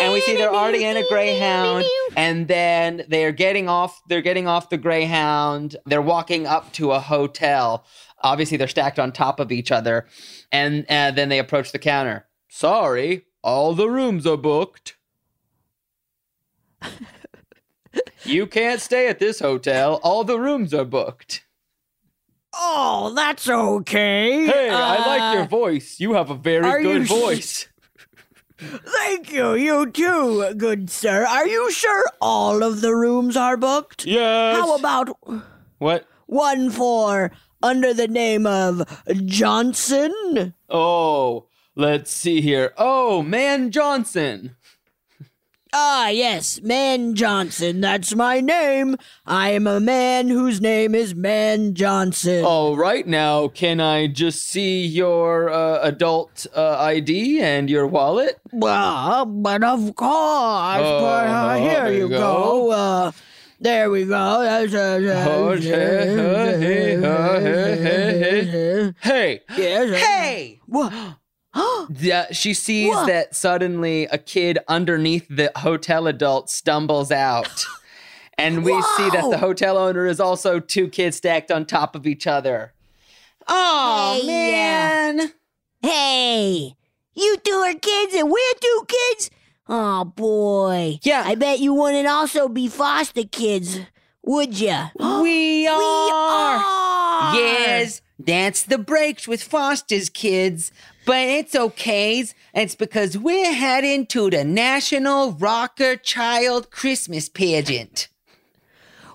[SPEAKER 1] And we see they're already in a greyhound, and then they're getting off. They're getting off the greyhound. They're walking up to a hotel. Obviously, they're stacked on top of each other, and uh, then they approach the counter.
[SPEAKER 4] Sorry, all the rooms are booked. you can't stay at this hotel. All the rooms are booked.
[SPEAKER 5] Oh, that's okay.
[SPEAKER 4] Hey, I
[SPEAKER 2] Uh,
[SPEAKER 4] like your voice. You have a
[SPEAKER 5] Uh, are
[SPEAKER 4] very
[SPEAKER 5] you
[SPEAKER 4] good
[SPEAKER 5] s-
[SPEAKER 4] voice.
[SPEAKER 5] Thank you. You too, good sir. Are you sure all of the rooms are booked?
[SPEAKER 4] Yes.
[SPEAKER 5] How about
[SPEAKER 4] what?
[SPEAKER 5] one for under the name of Johnson?
[SPEAKER 4] Oh, let's see here. Oh, man Johnson.
[SPEAKER 5] Ah, yes, Man Johnson. That's my name. I am a man whose name is Man Johnson.
[SPEAKER 4] All right, now can I just see your uh, adult uh, ID and your wallet?
[SPEAKER 5] Well, but of course. but, uh,
[SPEAKER 4] Oh,
[SPEAKER 5] here
[SPEAKER 4] there
[SPEAKER 5] you
[SPEAKER 4] you
[SPEAKER 5] go.
[SPEAKER 4] go.
[SPEAKER 5] Uh, there we go. That's, uh,
[SPEAKER 4] Oh, hey, hey, hey, hey, Hey,
[SPEAKER 5] Yes, uh,
[SPEAKER 1] Hey.
[SPEAKER 5] What?
[SPEAKER 1] Yeah, she sees
[SPEAKER 2] Whoa.
[SPEAKER 1] that suddenly a kid underneath the hotel adult stumbles out. And we see that
[SPEAKER 2] Whoa.
[SPEAKER 1] the hotel owner is also two kids stacked on top of each other. Oh,
[SPEAKER 2] Hey,
[SPEAKER 1] man.
[SPEAKER 2] Hey, you two are kids and we're two kids? Oh, boy.
[SPEAKER 1] Yeah.
[SPEAKER 2] I bet you wouldn't also be foster kids, would ya?
[SPEAKER 1] we are.
[SPEAKER 2] We are.
[SPEAKER 1] Yes, that's the breaks with Foster's kids. But it's okay. It's because we're heading to the National Rocker Child Christmas Pageant.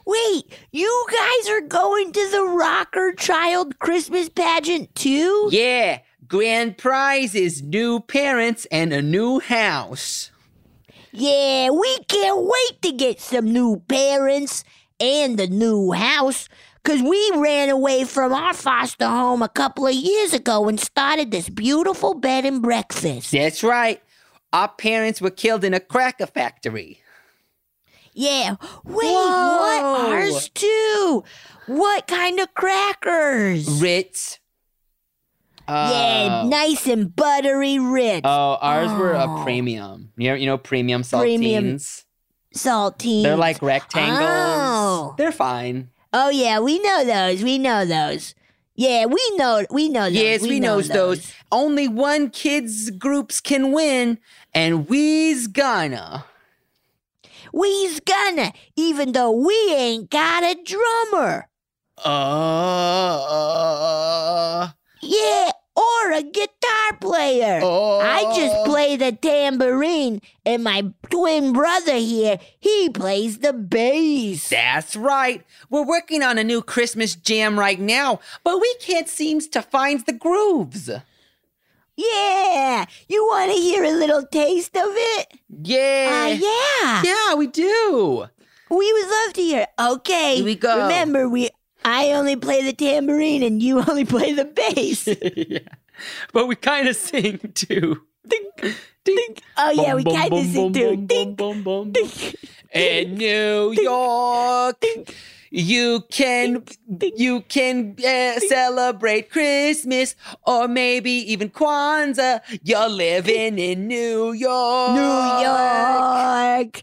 [SPEAKER 2] Wait, you guys are going to the Rocker Child Christmas pageant too?
[SPEAKER 1] Yeah, grand prize is new parents and a new house.
[SPEAKER 2] Yeah, we can't wait to get some new parents and a new house. Cause we ran away from our foster home a couple of years ago and started this beautiful bed and breakfast.
[SPEAKER 1] That's right. Our parents were killed in a cracker factory.
[SPEAKER 2] Yeah. Wait,
[SPEAKER 1] Whoa.
[SPEAKER 2] what? Ours too. What kind of crackers?
[SPEAKER 1] Ritz.
[SPEAKER 2] yeah,
[SPEAKER 4] Oh.
[SPEAKER 2] nice and buttery rich.
[SPEAKER 4] Oh, ours were a
[SPEAKER 2] Oh.
[SPEAKER 4] premium. You know, you know premium saltines.
[SPEAKER 2] Premium Saltines.
[SPEAKER 4] They're like rectangles.
[SPEAKER 2] Oh.
[SPEAKER 4] They're fine.
[SPEAKER 2] Oh yeah, we know those. We know those. Yeah, we know. We know those.
[SPEAKER 4] Yes, we, knows those. Only one kids groups can win, and we's gonna.
[SPEAKER 2] We's gonna, even though we ain't got a drummer.
[SPEAKER 4] Uh,
[SPEAKER 2] Yeah, or a guitar player.
[SPEAKER 4] oh.
[SPEAKER 2] I just play the tambourine, and my twin brother here, he plays the bass.
[SPEAKER 4] That's right. We're working on a new Christmas jam right now, but we can't seem to find the grooves.
[SPEAKER 2] Yeah, you want to hear a little taste of it? Uh,
[SPEAKER 4] Yeah.
[SPEAKER 2] yeah.
[SPEAKER 4] Yeah, we do.
[SPEAKER 2] We would love to hear. Okay,
[SPEAKER 4] Here we go.
[SPEAKER 2] Remember, we I only play the tambourine and you only play the bass.
[SPEAKER 4] yeah. But we kind of sing too. Dink, dink.
[SPEAKER 2] Oh yeah, we kind of sing too.
[SPEAKER 6] Ding,
[SPEAKER 2] Dink,
[SPEAKER 6] ding, ding,
[SPEAKER 4] In New York, you can you can uh, celebrate Christmas or maybe even Kwanzaa. You're living in New York.
[SPEAKER 2] New York.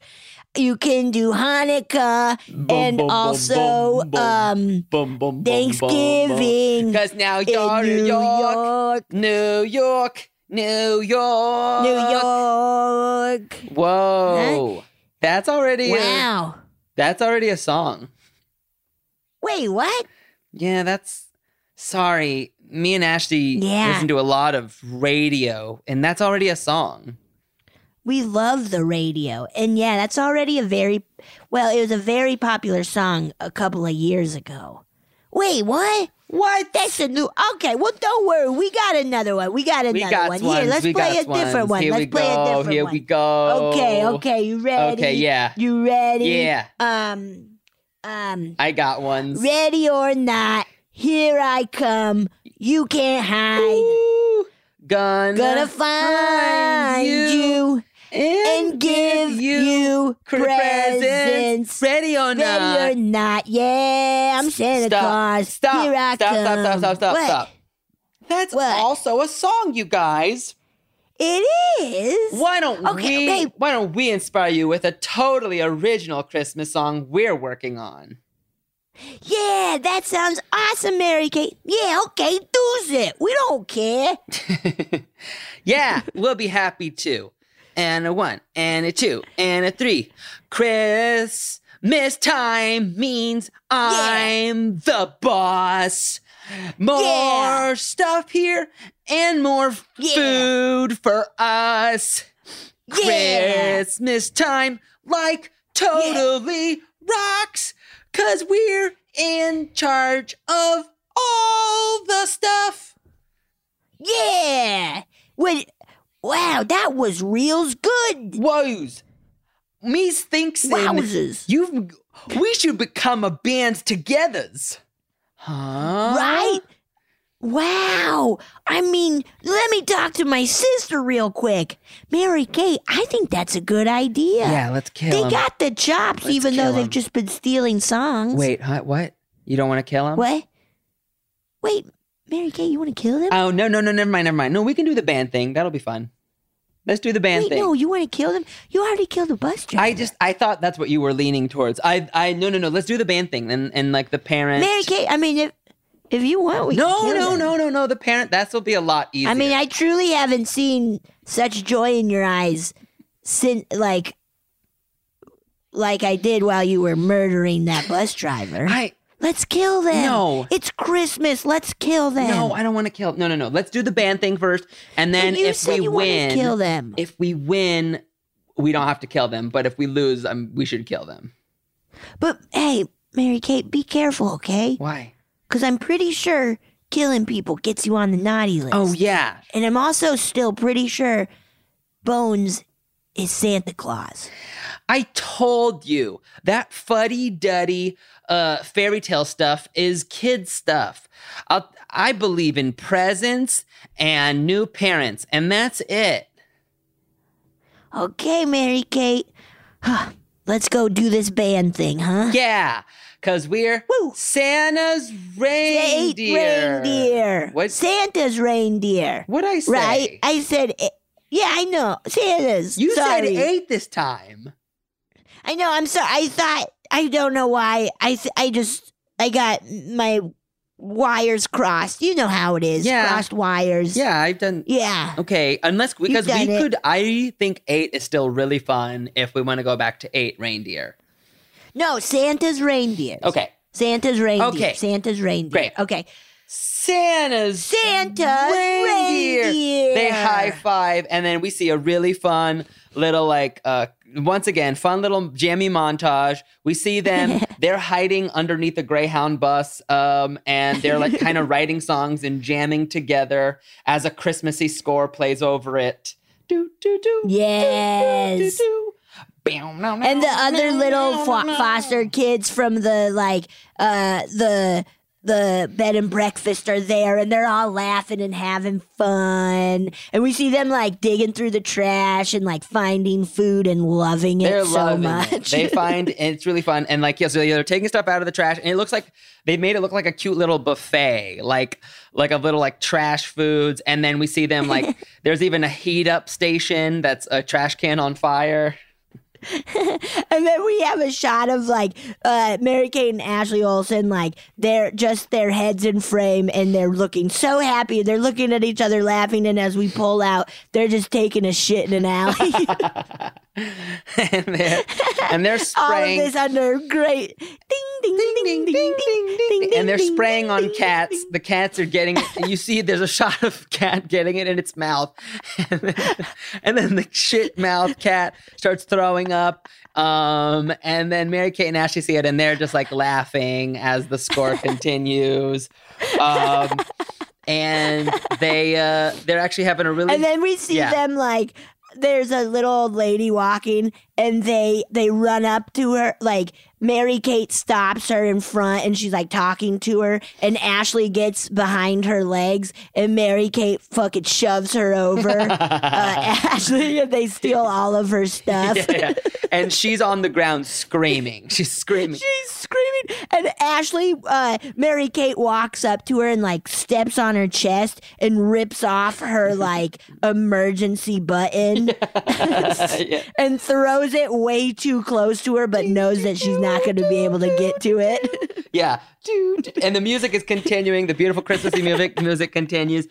[SPEAKER 2] You can do Hanukkah and
[SPEAKER 6] bum, bum,
[SPEAKER 2] also
[SPEAKER 6] bum, bum.
[SPEAKER 2] um Thanksgiving
[SPEAKER 4] Cause now you're
[SPEAKER 2] in New
[SPEAKER 4] New York.
[SPEAKER 2] York,
[SPEAKER 4] New York, New York,
[SPEAKER 2] New York.
[SPEAKER 4] Whoa, that's already a,
[SPEAKER 2] Wow.
[SPEAKER 4] that's already a song.
[SPEAKER 2] Wait, what?
[SPEAKER 4] Yeah, that's sorry. Me and Ashley
[SPEAKER 2] Yeah.
[SPEAKER 4] listen to a lot of radio, and that's already a song.
[SPEAKER 2] We love the radio. And yeah, that's already a very, well, it was a very popular song a couple of years ago. Wait, what? What? That's a new. Okay, well, don't worry. We got another one. We got another
[SPEAKER 4] we got
[SPEAKER 2] one.
[SPEAKER 4] ones,
[SPEAKER 2] Here, let's
[SPEAKER 4] we
[SPEAKER 2] play a
[SPEAKER 4] got
[SPEAKER 2] different
[SPEAKER 4] ones.
[SPEAKER 2] one.
[SPEAKER 4] Here
[SPEAKER 2] let's
[SPEAKER 4] we
[SPEAKER 2] play
[SPEAKER 4] go.
[SPEAKER 2] a different
[SPEAKER 4] Here
[SPEAKER 2] one.
[SPEAKER 4] we go.
[SPEAKER 2] Okay, okay. You ready?
[SPEAKER 4] okay, yeah,
[SPEAKER 2] You ready?
[SPEAKER 4] yeah.
[SPEAKER 2] Um, um,
[SPEAKER 4] I got ones.
[SPEAKER 2] ready or not, here I come. You can't hide.
[SPEAKER 4] Ooh, gonna,
[SPEAKER 2] Gonna find you and give you
[SPEAKER 4] cr- presents.
[SPEAKER 2] presents.
[SPEAKER 4] Ready or not?
[SPEAKER 2] Ready or not, yeah, I'm Santa
[SPEAKER 4] Stop,
[SPEAKER 2] Claus.
[SPEAKER 4] Stop.
[SPEAKER 2] Here I
[SPEAKER 4] stop,
[SPEAKER 2] come.
[SPEAKER 4] stop, stop, stop, stop,
[SPEAKER 2] What?
[SPEAKER 4] stop. That's
[SPEAKER 2] What?
[SPEAKER 4] also a song, you guys.
[SPEAKER 2] It is.
[SPEAKER 4] Why don't
[SPEAKER 2] Okay,
[SPEAKER 4] we
[SPEAKER 2] wait.
[SPEAKER 4] why don't we inspire you with a totally original Christmas song we're working on?
[SPEAKER 2] Yeah, that sounds awesome, Mary Kate. Yeah, okay, do's it. We don't care.
[SPEAKER 4] yeah, we'll be happy to. And a one, and a two, and a three. Christmas time means I'm the boss. More
[SPEAKER 2] Yeah.
[SPEAKER 4] stuff here and more
[SPEAKER 2] Yeah.
[SPEAKER 4] food for us.
[SPEAKER 2] Yeah.
[SPEAKER 4] Christmas time, like, totally rocks. Cause we're in charge of all the stuff.
[SPEAKER 2] Yeah. Wait, wow, that was reals good.
[SPEAKER 4] Woes. Me thinks
[SPEAKER 2] Wowzers.
[SPEAKER 4] you we should become a band togethers. Huh?
[SPEAKER 2] Right? Wow. I mean, let me talk to my sister real quick. Mary Kate, I think that's a good idea.
[SPEAKER 4] Yeah, let's kill
[SPEAKER 2] They
[SPEAKER 4] him.
[SPEAKER 2] got the chops,
[SPEAKER 4] Let's
[SPEAKER 2] even though
[SPEAKER 4] kill
[SPEAKER 2] they've
[SPEAKER 4] him.
[SPEAKER 2] just been stealing songs.
[SPEAKER 4] Wait, huh, what? You don't want to kill him?
[SPEAKER 2] What? Wait, Mary Kay, you want to kill them?
[SPEAKER 4] Oh, no, no, no, never mind, never mind. No, we can do the band thing. That'll be fun. Let's do the band
[SPEAKER 2] Wait,
[SPEAKER 4] thing.
[SPEAKER 2] no, you want to kill them? You already killed the bus driver.
[SPEAKER 4] I just I thought that's what you were leaning towards. I I no no no, let's do the band thing and and like the parent
[SPEAKER 2] Mary Kay, I mean, if if you want, we
[SPEAKER 4] No,
[SPEAKER 2] can kill
[SPEAKER 4] no,
[SPEAKER 2] them.
[SPEAKER 4] no, no, no, the parent that's will be a lot easier.
[SPEAKER 2] I mean, I truly haven't seen such joy in your eyes since, like, like I did while you were murdering that bus driver.
[SPEAKER 4] I
[SPEAKER 2] Let's kill them.
[SPEAKER 4] No.
[SPEAKER 2] it's Christmas. Let's kill them.
[SPEAKER 4] No, I don't want to kill. No, no, no. Let's do the band thing first, and
[SPEAKER 2] But
[SPEAKER 4] then
[SPEAKER 2] you
[SPEAKER 4] if
[SPEAKER 2] said
[SPEAKER 4] we
[SPEAKER 2] you wanted
[SPEAKER 4] win,
[SPEAKER 2] to kill them.
[SPEAKER 4] if we win, we don't have to kill them. But if we lose, um, we should kill them.
[SPEAKER 2] But hey, Mary Kate, be careful, okay?
[SPEAKER 4] Why?
[SPEAKER 2] Because I'm pretty sure killing people gets you on the naughty list.
[SPEAKER 4] Oh yeah,
[SPEAKER 2] And I'm also still pretty sure Bones is Santa Claus.
[SPEAKER 4] I told you that fuddy duddy uh, fairy tale stuff is kid stuff. I'll, I believe in presents and new parents, and that's it.
[SPEAKER 2] Okay, Mary Kate. Let's go do this band thing, huh?
[SPEAKER 4] Yeah, Cause we're
[SPEAKER 2] Woo.
[SPEAKER 4] Santa's
[SPEAKER 2] Eight
[SPEAKER 4] reindeer.
[SPEAKER 2] reindeer.
[SPEAKER 4] What-
[SPEAKER 2] Santa's reindeer.
[SPEAKER 4] What'd I say?
[SPEAKER 2] Right? I said, eh, yeah, I know. Santa's.
[SPEAKER 4] you
[SPEAKER 2] sorry.
[SPEAKER 4] said eight this time.
[SPEAKER 2] I know. I'm sorry. I thought, I don't know why. I, th- I just, I got my wires crossed. You know how it is.
[SPEAKER 4] Yeah.
[SPEAKER 2] Crossed wires.
[SPEAKER 4] Yeah, I've done.
[SPEAKER 2] Yeah.
[SPEAKER 4] Okay, unless
[SPEAKER 2] You've
[SPEAKER 4] because we
[SPEAKER 2] done it.
[SPEAKER 4] could, I think eight is still really fun if we want to go back to eight reindeer.
[SPEAKER 2] No, Santa's reindeer.
[SPEAKER 4] Okay,
[SPEAKER 2] Santa's reindeer.
[SPEAKER 4] Okay.
[SPEAKER 2] Santa's reindeer.
[SPEAKER 4] Great.
[SPEAKER 2] Okay.
[SPEAKER 4] Santa's
[SPEAKER 2] Santa's reindeer.
[SPEAKER 4] They high five, and then we see a really fun little like uh once again fun little jammy montage. We see them. they're hiding underneath a Greyhound bus, um, and they're like kind of writing songs and jamming together as a Christmassy score plays over it. Do do do. Do,
[SPEAKER 2] Yes.
[SPEAKER 4] do.
[SPEAKER 2] And the other little fo- foster kids from the like uh the the bed and breakfast are there and they're all laughing and having fun. And we see them like digging through the trash and like finding food and loving it
[SPEAKER 4] They're
[SPEAKER 2] so
[SPEAKER 4] loving
[SPEAKER 2] much.
[SPEAKER 4] it. They find and it's really fun. And like, yeah, so they're taking stuff out of the trash, and it looks like they made it look like a cute little buffet, like like a little like trash foods. And then we see them like there's even a heat up station that's a trash can on fire.
[SPEAKER 2] and then we have a shot of like uh, Mary Kate and Ashley Olsen, like they're just their heads in frame and they're looking so happy. They're looking at each other laughing, and as we pull out, they're just taking a shit in an alley.
[SPEAKER 4] and they're and they're
[SPEAKER 2] All of
[SPEAKER 4] spraying
[SPEAKER 2] this under great ding ding ding ding ding ding ding ding,
[SPEAKER 4] and they're
[SPEAKER 2] ding,
[SPEAKER 4] spraying
[SPEAKER 2] ding,
[SPEAKER 4] on
[SPEAKER 2] ding,
[SPEAKER 4] cats.
[SPEAKER 2] ding.
[SPEAKER 4] The cats are getting it. You see, there's a shot of cat getting it in its mouth, and then, and then the shit mouth cat starts throwing up. Um, and then Mary Kate and Ashley see it, and they're just like laughing as the score continues. Um, and they uh, they're actually having a really
[SPEAKER 2] And then we see
[SPEAKER 4] Yeah.
[SPEAKER 2] them like there's a little old lady walking and they they run up to her like Mary Kate stops her in front and she's like talking to her and Ashley gets behind her legs and Mary Kate fucking shoves her over uh, Ashley and they steal all of her stuff.
[SPEAKER 4] Yeah. and she's on the ground screaming. She's screaming.
[SPEAKER 2] She's screaming, and Ashley, uh, Mary Kate walks up to her and like steps on her chest and rips off her like emergency button and throws it way too close to her, but knows that she's not going to be able to get to it.
[SPEAKER 4] Yeah. And the music is continuing. The beautiful Christmassy music music continues.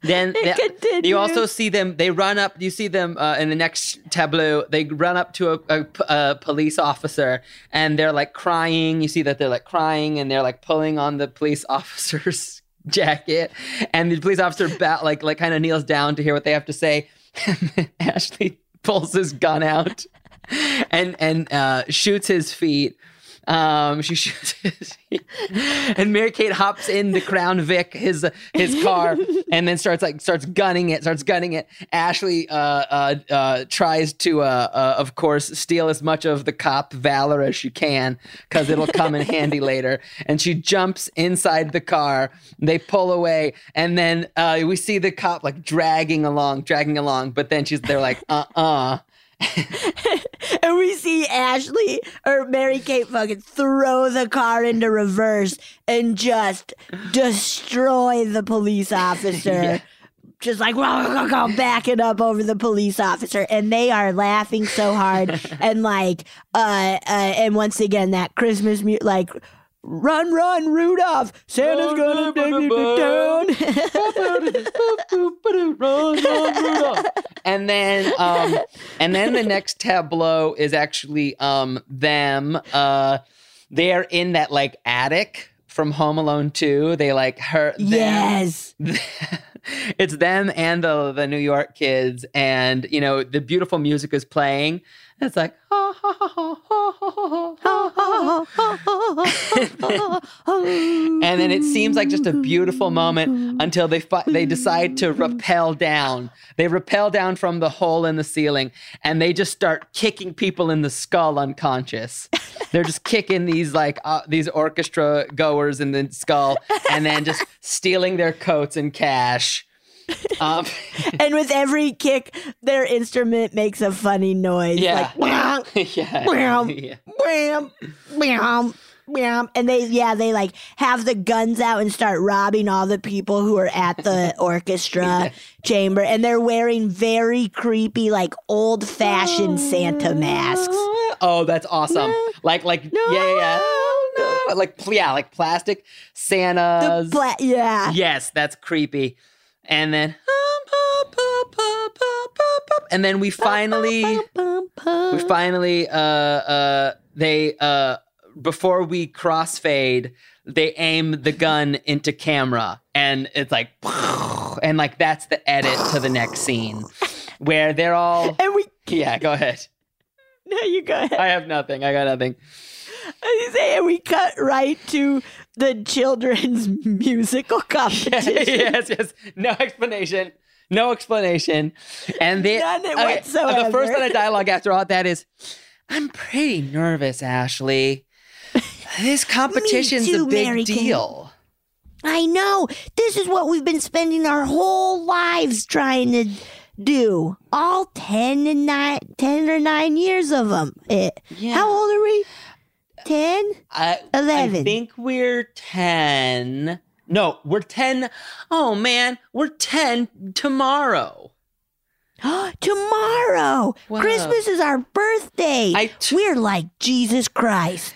[SPEAKER 4] Then the- you also see them. They run up. You see them uh, in the next tableau. They run up to a, a p- a police officer, and they're like crying. You see that they're like crying, and they're like pulling on the police officer's jacket, and the police officer bat, like like kind of kneels down to hear what they have to say. And then Ashley pulls his gun out, and and uh, shoots his feet. Um, she shoots his feet. and Mary Kate hops in the Crown Vic, his his car, and then starts like starts gunning it, starts gunning it. Ashley uh, uh, uh, tries to, uh, uh, of course, steal as much of the cop valor as she can because it'll come in handy later. And she jumps inside the car. They pull away, and then uh, we see the cop like dragging along, dragging along. But then she's they're like, uh uh
[SPEAKER 2] and we see Ashley or Mary Kate fucking throw the car into reverse and just destroy the police officer. Just like "Wah, wah, wah, wah," back it up over the police officer, and they are laughing so hard, and like, uh, uh and once again that Christmas mu- like, run, run, Rudolph, Santa's gonna take you to town.
[SPEAKER 4] and then um and then the next tableau is actually um them uh they're in that like attic from home alone 2 they like hurt
[SPEAKER 2] yes.
[SPEAKER 4] it's them and the the New York kids, and you know the beautiful music is playing. And it's like and then it seems like just a beautiful moment until they fi- they decide to rappel down. They rappel down from the hole in the ceiling, and they just start kicking people in the skull unconscious. They're just kicking these like uh, these orchestra goers in the skull, and then just stealing their coats and cash. Um,
[SPEAKER 2] And with every kick, their instrument makes a funny noise.
[SPEAKER 4] Yeah.
[SPEAKER 2] Like, wham,
[SPEAKER 4] yeah,
[SPEAKER 2] wham,
[SPEAKER 4] yeah.
[SPEAKER 2] wham, wham. meow. and they yeah they like have the guns out and start robbing all the people who are at the orchestra chamber and they're wearing very creepy like old fashioned santa masks
[SPEAKER 1] Oh, that's awesome. like, like, yeah, yeah, yeah. Oh, no. Like, pl- yeah, like plastic Santas.
[SPEAKER 2] but yeah
[SPEAKER 1] yes, that's creepy. And then, and then we finally, we finally, uh, uh, they, uh, before we crossfade, they aim the gun into camera, and it's like, and like that's the edit to the next scene, where they're all.
[SPEAKER 3] And we,
[SPEAKER 1] Yeah, go ahead.
[SPEAKER 3] now you go ahead.
[SPEAKER 1] I have nothing. I got nothing.
[SPEAKER 3] I say, and we cut right to the children's musical competition.
[SPEAKER 1] yes, yes. No explanation. No explanation. And the,
[SPEAKER 3] None
[SPEAKER 1] The first
[SPEAKER 3] whatsoever.
[SPEAKER 1] line of dialogue after all that is, I'm pretty nervous, Ashley. This competition's
[SPEAKER 2] too,
[SPEAKER 1] a big
[SPEAKER 2] Mary Kay."
[SPEAKER 1] deal.
[SPEAKER 2] i know this is what we've been spending our whole lives trying to do all 10 and 9 10 or 9 years of them it, how old are we 10
[SPEAKER 1] I, I
[SPEAKER 2] Eleven.
[SPEAKER 1] think we're 10. No, we're 10. Oh, man. We're 10 tomorrow.
[SPEAKER 2] Tomorrow,
[SPEAKER 1] Wow.
[SPEAKER 2] Christmas is our birthday.
[SPEAKER 1] I t-
[SPEAKER 2] We're like Jesus Christ.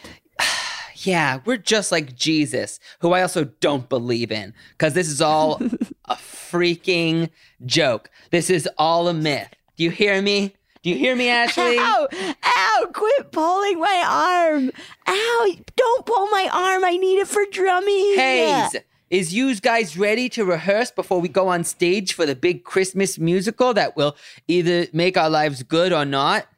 [SPEAKER 1] Yeah, we're just like Jesus, who I also don't believe in, because this is all a freaking joke. This is all a myth. Do you hear me? Do you hear me, Ashley?
[SPEAKER 2] Ow! Ow! Quit pulling my arm. Ow! Don't pull my arm. I need it for drumming.
[SPEAKER 1] Hayes, is you guys ready to rehearse before we go on stage for the big Christmas musical that will either make our lives good or not?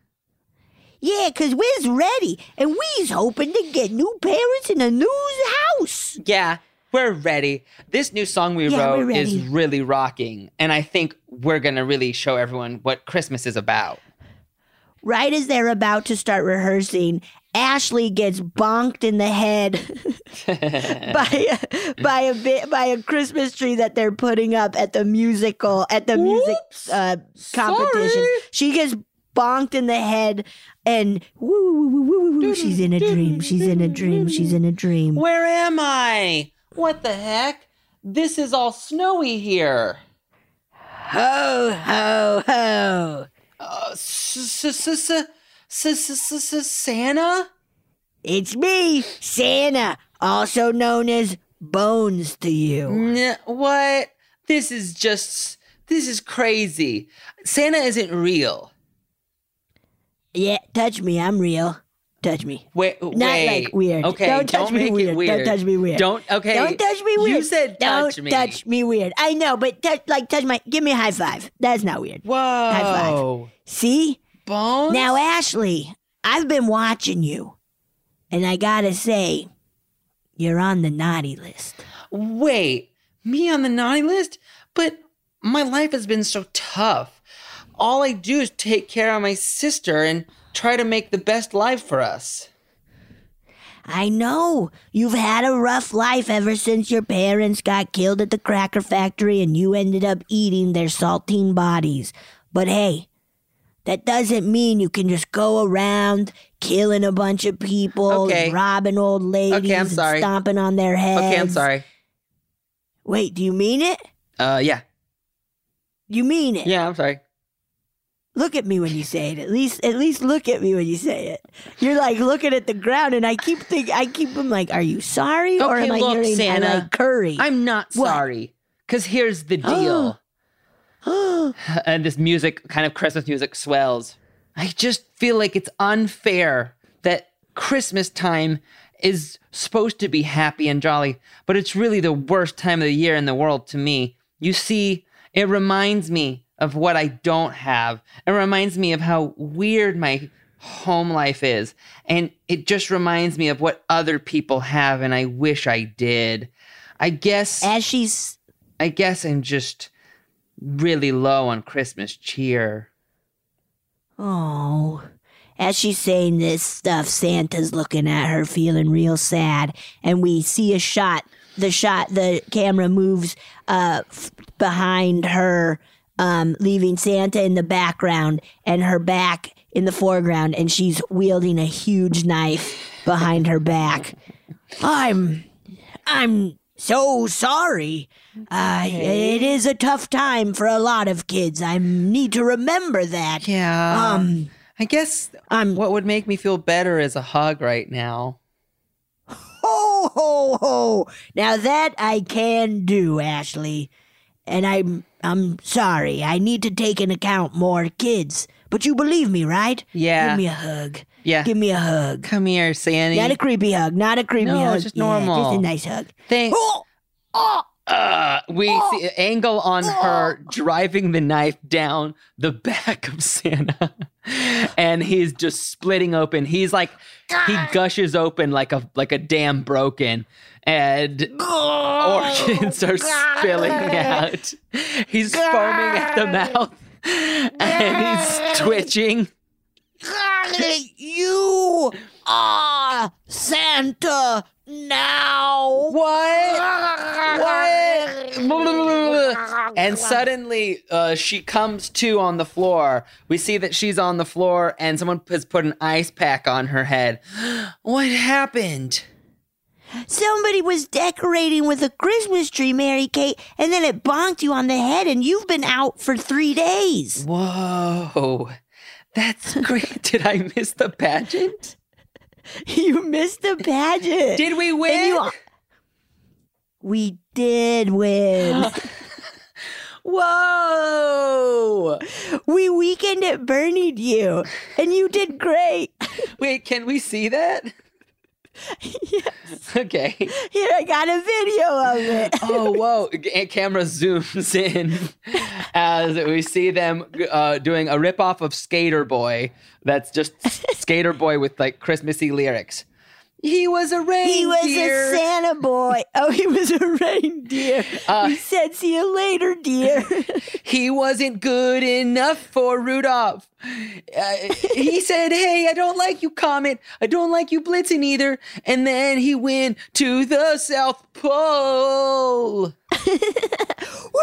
[SPEAKER 2] Yeah, cause we's ready, and we's hoping to get new parents in a new house.
[SPEAKER 1] Yeah, we're ready. This new song we
[SPEAKER 2] Yeah, we're
[SPEAKER 1] wrote is
[SPEAKER 2] ready.
[SPEAKER 1] really rocking, and I think we're gonna really show everyone what Christmas is about.
[SPEAKER 2] Right as they're about to start rehearsing, Ashley gets bonked in the head by by a bit by a Christmas tree that they're putting up at the musical at the music uh, competition. She gets bonked in the head and woo, woo, woo, woo, woo, woo, she's in a dream. She's in a dream. She's in a dream.
[SPEAKER 1] Where am I? What the heck? This is all snowy here.
[SPEAKER 2] Ho ho ho!
[SPEAKER 1] Uh, s- s- s- s- s- s- s- s- Santa?
[SPEAKER 2] It's me, Santa, also known as Bones to you.
[SPEAKER 1] N- What? This is just. This is crazy. Santa isn't real.
[SPEAKER 2] Yeah, touch me. I'm real. Touch me.
[SPEAKER 1] Wait,
[SPEAKER 2] Not
[SPEAKER 1] wait.
[SPEAKER 2] like weird.
[SPEAKER 1] Okay,
[SPEAKER 2] don't touch me
[SPEAKER 1] make
[SPEAKER 2] weird.
[SPEAKER 1] it weird.
[SPEAKER 2] Don't touch me weird.
[SPEAKER 1] Don't. Okay.
[SPEAKER 2] Don't touch me weird.
[SPEAKER 1] You said
[SPEAKER 2] don't
[SPEAKER 1] touch me.
[SPEAKER 2] touch me weird. I know, but touch like touch my. Give me a high five. That's not weird.
[SPEAKER 1] Whoa.
[SPEAKER 2] five. See
[SPEAKER 1] Bones.
[SPEAKER 2] now, Ashley, I've been watching you, and I gotta say, you're on the naughty list.
[SPEAKER 1] Wait, me on the naughty list? But my life has been so tough. All I do is take care of my sister and try to make the best life for us.
[SPEAKER 2] I know you've had a rough life ever since your parents got killed at the cracker factory, and you ended up eating their saltine bodies. But hey. That doesn't mean you can just go around killing a bunch of people,
[SPEAKER 1] Okay.
[SPEAKER 2] and robbing old ladies, and
[SPEAKER 1] sorry.
[SPEAKER 2] stomping on their heads.
[SPEAKER 1] Okay, I'm sorry.
[SPEAKER 2] Wait, do you mean it?
[SPEAKER 1] Uh, yeah,
[SPEAKER 2] You mean it?
[SPEAKER 1] yeah, I'm sorry.
[SPEAKER 2] Look at me when you say it. At least, at least look at me when you say it. You're like looking at the ground, and I keep think I keep. I'm like, are you sorry or
[SPEAKER 1] Okay,
[SPEAKER 2] am I
[SPEAKER 1] look,
[SPEAKER 2] hearing I
[SPEAKER 1] Santa.
[SPEAKER 2] like curry?
[SPEAKER 1] I'm not
[SPEAKER 2] What?
[SPEAKER 1] sorry. Cause here's the deal. and this music, kind of Christmas music, swells. I just feel like it's unfair that Christmas time is supposed to be happy and jolly, but it's really the worst time of the year in the world to me. You see, it reminds me of what I don't have. It reminds me of how weird my home life is. And it just reminds me of what other people have, and I wish I did. I guess.
[SPEAKER 2] As she's
[SPEAKER 1] I guess I'm just really low on Christmas cheer.
[SPEAKER 2] oh, as she's saying this stuff, Santa's looking at her, feeling real sad, and we see a shot. The shot, the camera moves uh, f- behind her, um, leaving Santa in the background and her back in the foreground, and she's wielding a huge knife behind her back. I'm I'm so sorry. Uh, it is a tough time for a lot of kids. I need to remember that.
[SPEAKER 4] Yeah.
[SPEAKER 2] Um
[SPEAKER 4] I guess
[SPEAKER 2] I'm
[SPEAKER 4] what would make me feel better is a hug right now.
[SPEAKER 2] ho ho ho. Now that I can do, Ashley. And I'm I'm sorry. I need to take in account more kids. But you believe me, right?
[SPEAKER 4] Yeah.
[SPEAKER 2] Give me a hug.
[SPEAKER 4] Yeah.
[SPEAKER 2] Give me a hug.
[SPEAKER 4] Come here, Sandy.
[SPEAKER 2] Not a creepy hug. Not a creepy
[SPEAKER 4] No,
[SPEAKER 2] hug.
[SPEAKER 4] it's just
[SPEAKER 2] Yeah, just
[SPEAKER 4] normal.
[SPEAKER 2] a nice hug.
[SPEAKER 4] Thank-
[SPEAKER 2] Oh,
[SPEAKER 1] Uh, we see an angle on her driving the knife down the back of Santa, and he's just splitting open. He's like he gushes open like a like a dam broken, and organs are spilling out. He's foaming at the mouth, and he's twitching.
[SPEAKER 2] golly, you are Santa now.
[SPEAKER 1] What? What? And suddenly uh, she comes to on the floor. We see that she's on the floor and someone has put an ice pack on her head. What happened?
[SPEAKER 2] Somebody was decorating with a Christmas tree, Mary Kate, and then it bonked you on the head, and you've been out for three days.
[SPEAKER 1] Whoa. That's great. Did I miss the pageant?
[SPEAKER 2] you missed the pageant.
[SPEAKER 1] Did we
[SPEAKER 2] And
[SPEAKER 1] win?
[SPEAKER 2] you- we did win.
[SPEAKER 1] Whoa.
[SPEAKER 2] we weekend at Bernie'd you, and you did great.
[SPEAKER 1] Wait, can we see that? yes. Okay.
[SPEAKER 2] Here, I got a video of it.
[SPEAKER 1] oh whoa G- camera zooms in as we see them uh, doing a rip-off of skater boy that's just skater boy with like christmassy lyrics he was a reindeer
[SPEAKER 2] He was a Santa boy. Oh, he was a reindeer.
[SPEAKER 1] Uh,
[SPEAKER 2] he said, "See you later, dear."
[SPEAKER 1] he wasn't good enough for Rudolph. Uh, he said, Hey, I don't like you, Comet. I don't like you, Blitzen either. And then he went to the South Pole.
[SPEAKER 2] Woo!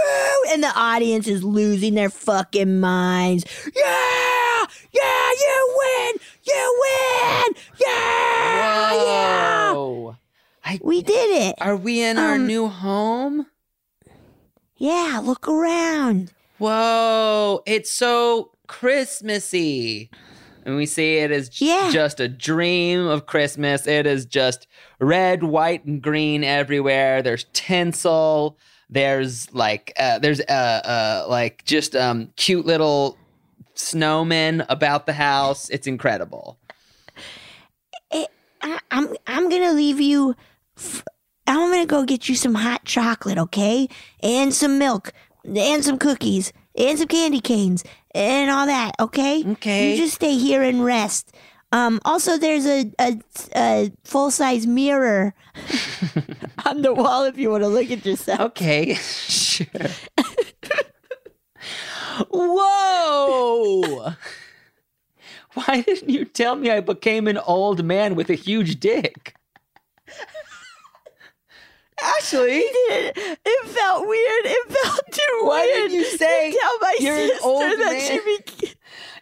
[SPEAKER 2] And the audience is losing their fucking minds. Yeah, yeah, you win, you win, yeah, yeah.
[SPEAKER 1] Whoa. I,
[SPEAKER 2] We did it.
[SPEAKER 4] Are we in our
[SPEAKER 2] Um,
[SPEAKER 4] new home?
[SPEAKER 2] Yeah, look around.
[SPEAKER 4] Whoa, it's so
[SPEAKER 1] Christmassy. And we see it is j-
[SPEAKER 2] Yeah.
[SPEAKER 1] just a dream of Christmas. It is just red, white, and green everywhere. There's tinsel. There's like uh, there's uh, uh like just um cute little snowmen about the house. It's incredible.
[SPEAKER 2] I, I'm I'm gonna leave you. F- I'm gonna go get you some hot chocolate, okay? And some milk, and some cookies, and some candy canes, and all that, okay?
[SPEAKER 4] Okay.
[SPEAKER 2] You just stay here and rest. Um. Also, there's a a, a full size mirror on the wall if you want to look at yourself.
[SPEAKER 1] Okay, sure. Whoa! Why didn't you tell me I became an old man with a huge dick? Ashley,
[SPEAKER 2] It felt weird. It felt too
[SPEAKER 1] Why didn't you say
[SPEAKER 2] tell my
[SPEAKER 1] you're an old man?
[SPEAKER 2] be.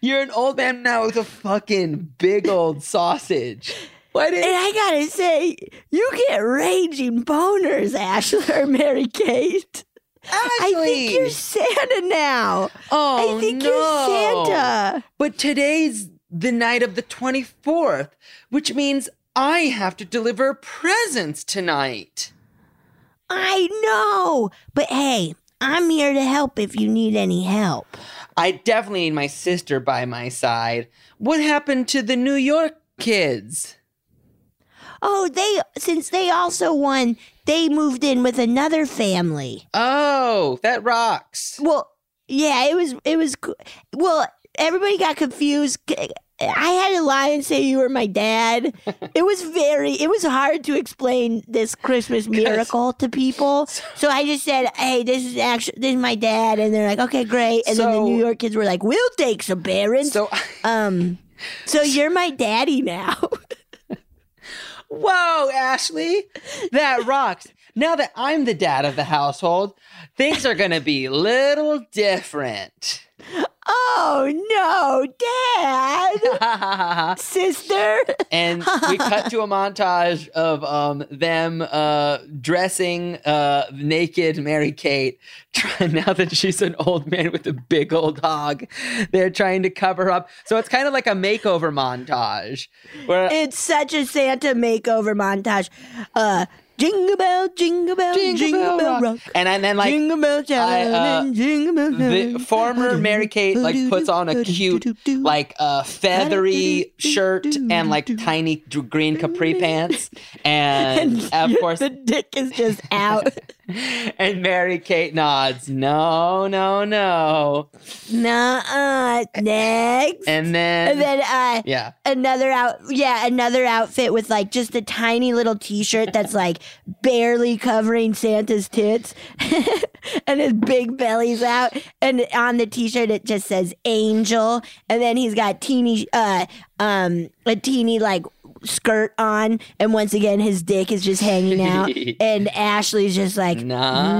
[SPEAKER 1] you're an old man now with a fucking big old sausage. Why
[SPEAKER 2] And
[SPEAKER 1] didn't?
[SPEAKER 2] I gotta say, you get raging boners, Ashley or Mary Kate. I think
[SPEAKER 1] Ashley!
[SPEAKER 2] you're Santa now.
[SPEAKER 1] Oh
[SPEAKER 2] I think
[SPEAKER 1] no!
[SPEAKER 2] you're Santa.
[SPEAKER 1] But today's the night of the 24th, which means I have to deliver presents tonight.
[SPEAKER 2] I know. But hey, I'm here to help if you need any help.
[SPEAKER 1] I definitely need my sister by my side. What happened to the New York kids?
[SPEAKER 2] Oh, they since they also won, they moved in with another family.
[SPEAKER 1] Oh, that rocks.
[SPEAKER 2] Well, yeah, it was it was co- well, everybody got confused. C- I had a lie and say you were my dad. It was very it was hard to explain this Christmas miracle to people. So I just said, "Hey, this is actually this is my dad." And they're like, "Okay, great." And
[SPEAKER 1] So-
[SPEAKER 2] then the New York kids were like, "We'll take some parents."
[SPEAKER 1] So,
[SPEAKER 2] um so you're my daddy now.
[SPEAKER 1] whoa, Ashley, that rocks. Now that I'm the dad of the household, things are going to be a little different.
[SPEAKER 2] Oh no, Dad! Sister!
[SPEAKER 4] and we cut to a montage of um, them uh, dressing uh, naked Mary Kate. Try, now that she's an old man with a big old hog, they're trying to cover up. So it's kind of like a makeover montage. Where
[SPEAKER 2] It's such a Santa makeover montage. Uh, jingle bell, jingle bell, jingle, bell, rock.
[SPEAKER 4] And, and then like
[SPEAKER 2] jingle bell
[SPEAKER 4] I,
[SPEAKER 2] time,
[SPEAKER 4] uh,
[SPEAKER 2] and jingle bell
[SPEAKER 4] the
[SPEAKER 2] time.
[SPEAKER 4] former Mary Kate like puts on a cute like uh, feathery shirt and like tiny d- green capri pants, and of course
[SPEAKER 2] the dick is just out.
[SPEAKER 4] and Mary Kate nods, no, no, no.
[SPEAKER 2] Nuh-uh. Next.
[SPEAKER 4] And then,
[SPEAKER 2] And then uh
[SPEAKER 4] Mm-hmm. yeah,
[SPEAKER 2] another out yeah, another outfit with like just a tiny little t-shirt that's like barely covering Santa's tits and his big belly's out and on the t-shirt it just says angel and then he's got teeny uh um a teeny like skirt on and once again his dick is just hanging out and Ashley's just like
[SPEAKER 4] Nah.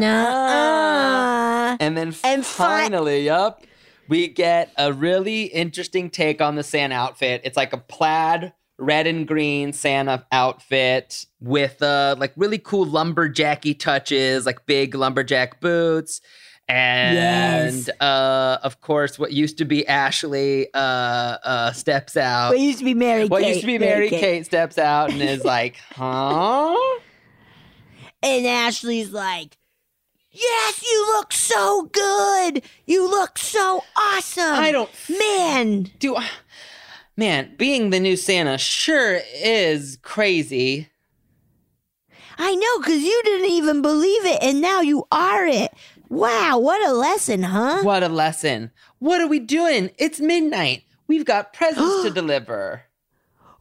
[SPEAKER 2] nah
[SPEAKER 4] and then
[SPEAKER 2] And fi-
[SPEAKER 4] finally, up, we get a really interesting take on the Santa outfit. It's like a plaid red and green Santa outfit with uh like really cool lumberjacky touches, like big lumberjack boots. And
[SPEAKER 2] Yes.
[SPEAKER 4] uh, of course, what used to be Ashley uh, uh, steps out.
[SPEAKER 2] what used to be Mary
[SPEAKER 4] what
[SPEAKER 2] Kate
[SPEAKER 4] used to be Mary Kate. steps out and is like, huh?
[SPEAKER 2] And Ashley's like, Yes, you look so good. You look so awesome.
[SPEAKER 1] I don't
[SPEAKER 2] Man,
[SPEAKER 1] do. Man, being the new Santa sure is crazy.
[SPEAKER 2] I know, because you didn't even believe it, and now you are it. Wow, what a lesson, huh?
[SPEAKER 1] What a lesson. What are we doing? It's midnight. We've got presents to deliver.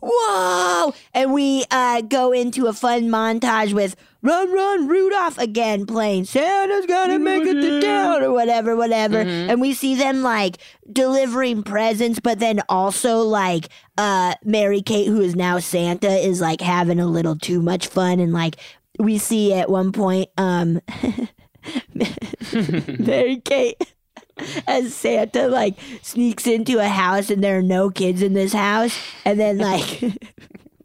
[SPEAKER 2] Whoa! And we uh, go into a fun montage with Run, Run, Rudolph again playing Santa's Gotta Make It to Town or whatever, whatever. And we see them like delivering presents, but then also like uh, Mary Kate, who is now Santa, is like having a little too much fun. And like we see at one point, um, Mary Kate as Santa like sneaks into a house and there are no kids in this house, and then like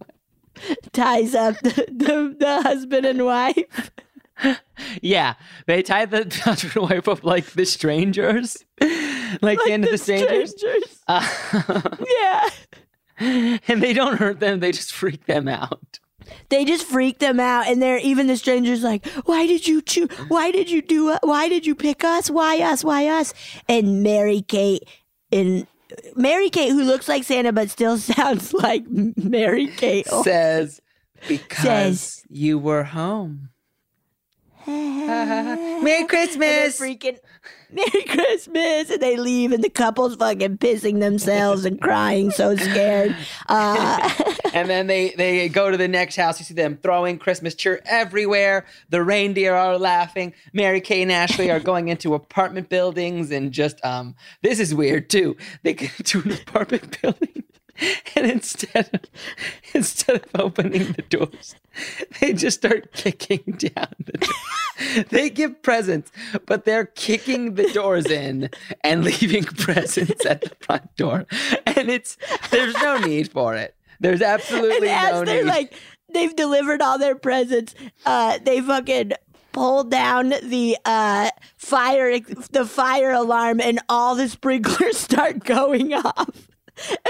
[SPEAKER 2] ties up the, the, the husband and wife.
[SPEAKER 4] Yeah, they tie the husband and wife up like the strangers, like, the end of the strangers.
[SPEAKER 2] Strangers.
[SPEAKER 4] Uh,
[SPEAKER 2] Yeah,
[SPEAKER 4] and they don't hurt them; they just freak them out.
[SPEAKER 2] they just freak them out, and they're even the strangers like, "Why did you choose? Why did you do? it? Why did you pick us? Why us? Why us?" And Mary Kate and. Mary Kate, who looks like Santa but still sounds like Mary Kate.
[SPEAKER 1] Says, because you were home. Merry Christmas.
[SPEAKER 2] And they're freaking Merry Christmas, and they leave, and the couple's fucking pissing themselves and crying, so scared. Uh,
[SPEAKER 4] and then they they go to the next house. You see them throwing Christmas cheer everywhere. The reindeer are laughing. Mary Kay and Ashley are going into apartment buildings and just um. This is weird too. They get into an apartment building. And instead of, instead of opening the doors, they just start kicking down the door. They give presents, but they're kicking the doors in and leaving presents at the front door. And it's there's no need for it. There's
[SPEAKER 2] and
[SPEAKER 4] absolutely
[SPEAKER 2] as
[SPEAKER 4] no
[SPEAKER 2] they're
[SPEAKER 4] need.
[SPEAKER 2] like, they've delivered all their presents, uh, they fucking pull down the uh, fire the fire alarm, and all the sprinklers start going off.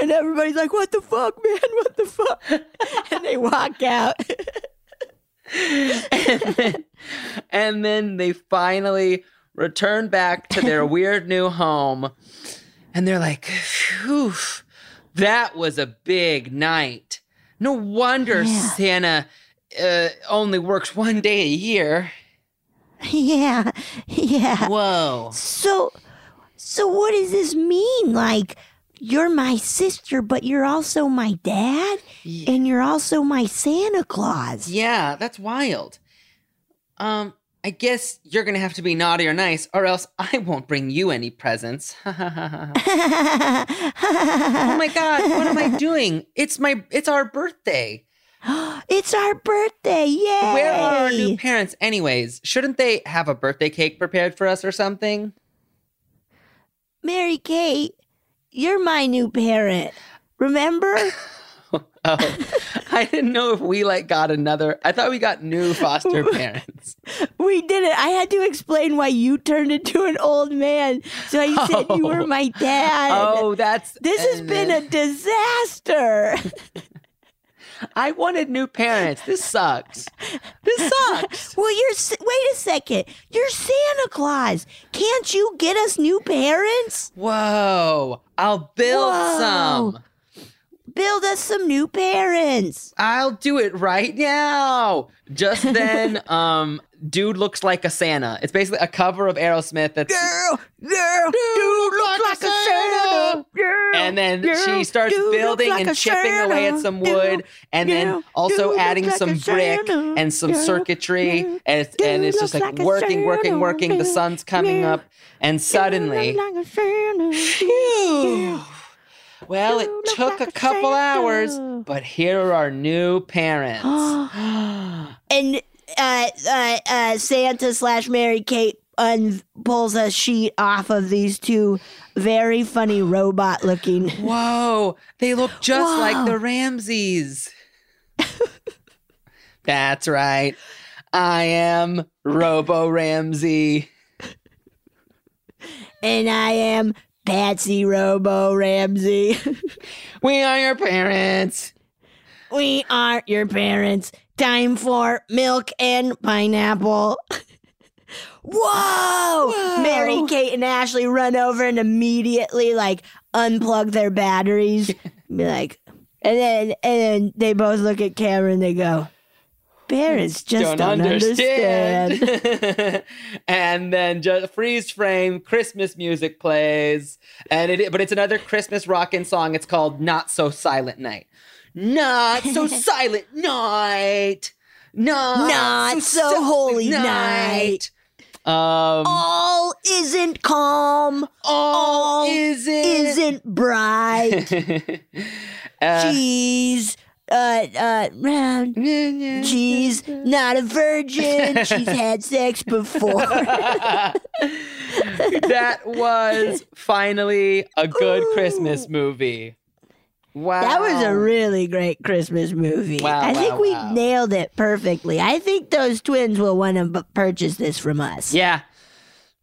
[SPEAKER 2] And everybody's like, "What the fuck, man? What the fuck?" And they walk out.
[SPEAKER 4] and then they finally return back to their weird new home. And they're like, phew, that was a big night. No wonder Santa uh, only works one day a year.
[SPEAKER 2] yeah, yeah.
[SPEAKER 1] Whoa.
[SPEAKER 2] So, so what does this mean? Like, you're my sister, but you're also my dad, and you're also my Santa Claus.
[SPEAKER 1] Yeah, that's wild. Um, I guess you're gonna have to be naughty or nice, or else I won't bring you any presents. oh my god, what am I doing? It's my it's our birthday.
[SPEAKER 2] it's our birthday! Yay!
[SPEAKER 1] Where are our new parents anyways? Shouldn't they have a birthday cake prepared for us or something?
[SPEAKER 2] Mary Kate, you're my new parent. Remember?
[SPEAKER 4] Oh, I didn't know if we like got another. I thought we got new foster parents.
[SPEAKER 2] we did it. I had to explain why you turned into an old man. So I said you were my dad.
[SPEAKER 4] Oh, that's
[SPEAKER 2] This has been a disaster.
[SPEAKER 4] I wanted new parents. This sucks. This sucks.
[SPEAKER 2] well, you're S- wait a second. You're Santa Claus. Can't you get us new parents?
[SPEAKER 4] Whoa! I'll build
[SPEAKER 2] Whoa.
[SPEAKER 4] some.
[SPEAKER 2] Build us some new parents.
[SPEAKER 4] I'll do it right now. Just then, um, dude looks like a Santa. It's basically a cover of Aerosmith. That's
[SPEAKER 2] Girl, girl,
[SPEAKER 4] dude looks like, a Santa. And then she starts
[SPEAKER 2] dude looks
[SPEAKER 4] building
[SPEAKER 2] like
[SPEAKER 4] and
[SPEAKER 2] a
[SPEAKER 4] chipping away at
[SPEAKER 2] Santa.
[SPEAKER 4] some wood, and then
[SPEAKER 2] girl,
[SPEAKER 4] also
[SPEAKER 2] dude
[SPEAKER 4] adding
[SPEAKER 2] looks
[SPEAKER 4] some
[SPEAKER 2] like a
[SPEAKER 4] brick
[SPEAKER 2] Santa.
[SPEAKER 4] and some
[SPEAKER 2] Girl,
[SPEAKER 4] circuitry,
[SPEAKER 2] dude,
[SPEAKER 4] and it's, and
[SPEAKER 2] dude
[SPEAKER 4] it's just
[SPEAKER 2] looks
[SPEAKER 4] like,
[SPEAKER 2] like a
[SPEAKER 4] working, working,
[SPEAKER 2] Santa.
[SPEAKER 4] working. The
[SPEAKER 2] Dude,
[SPEAKER 4] sun's coming
[SPEAKER 2] dude,
[SPEAKER 4] up, and suddenly,
[SPEAKER 2] Like a Santa.
[SPEAKER 4] phew. Well, it
[SPEAKER 2] Dude looks
[SPEAKER 4] took
[SPEAKER 2] like
[SPEAKER 4] a
[SPEAKER 2] a
[SPEAKER 4] couple hours,
[SPEAKER 2] Santa.
[SPEAKER 4] but here are our new parents.
[SPEAKER 2] and uh, uh, uh, Santa slash Mary Kate un- pulls a sheet off of these two very funny robot looking.
[SPEAKER 4] Whoa, they look just like
[SPEAKER 2] Wow.
[SPEAKER 4] the Ramses. That's right. I am Robo Ramsey.
[SPEAKER 2] And I am Patsy Robo Ramsey.
[SPEAKER 4] We are your parents.
[SPEAKER 2] we are your parents. Time for milk and pineapple. Whoa! Mary Kate and Ashley run over and immediately like unplug their batteries. Be like, and then and then they both look at camera and they go, "Parents just don't, understand."
[SPEAKER 4] understand. and then just freeze frame, Christmas music plays. And it but it's another Christmas rockin' song. It's called Not So Silent Night. Not so silent night. Not,
[SPEAKER 2] Not so holy night.
[SPEAKER 4] Um
[SPEAKER 2] All isn't calm.
[SPEAKER 4] all
[SPEAKER 2] all
[SPEAKER 4] isn't
[SPEAKER 2] Isn't bright.
[SPEAKER 4] Uh,
[SPEAKER 2] Cheese. Uh, uh, round. She's not a virgin. She's had sex before.
[SPEAKER 4] that was finally a good Christmas movie. Wow.
[SPEAKER 2] That was a really great Christmas movie.
[SPEAKER 4] Wow,
[SPEAKER 2] I think
[SPEAKER 4] wow,
[SPEAKER 2] we
[SPEAKER 4] wow.
[SPEAKER 2] nailed it perfectly. I think those twins will want to b- purchase this from us.
[SPEAKER 4] Yeah.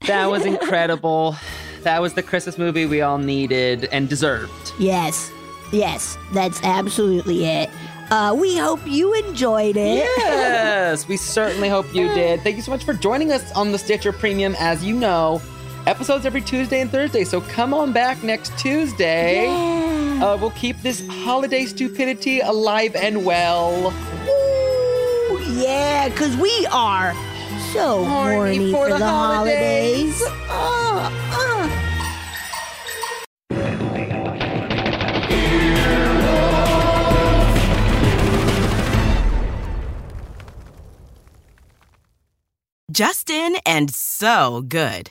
[SPEAKER 4] That was incredible. that was the Christmas movie we all needed and deserved.
[SPEAKER 2] Yes. Yes, that's absolutely it. Uh, we hope you enjoyed it.
[SPEAKER 4] Yes, we certainly hope you did. Thank you so much for joining us on the Stitcher Premium. As you know, episodes every Tuesday and Thursday. So come on back next Tuesday. Uh, we'll keep this holiday stupidity alive and well.
[SPEAKER 2] Ooh, yeah, because we are so horny, for, the, holidays.
[SPEAKER 1] Ah.
[SPEAKER 7] Just in and so good.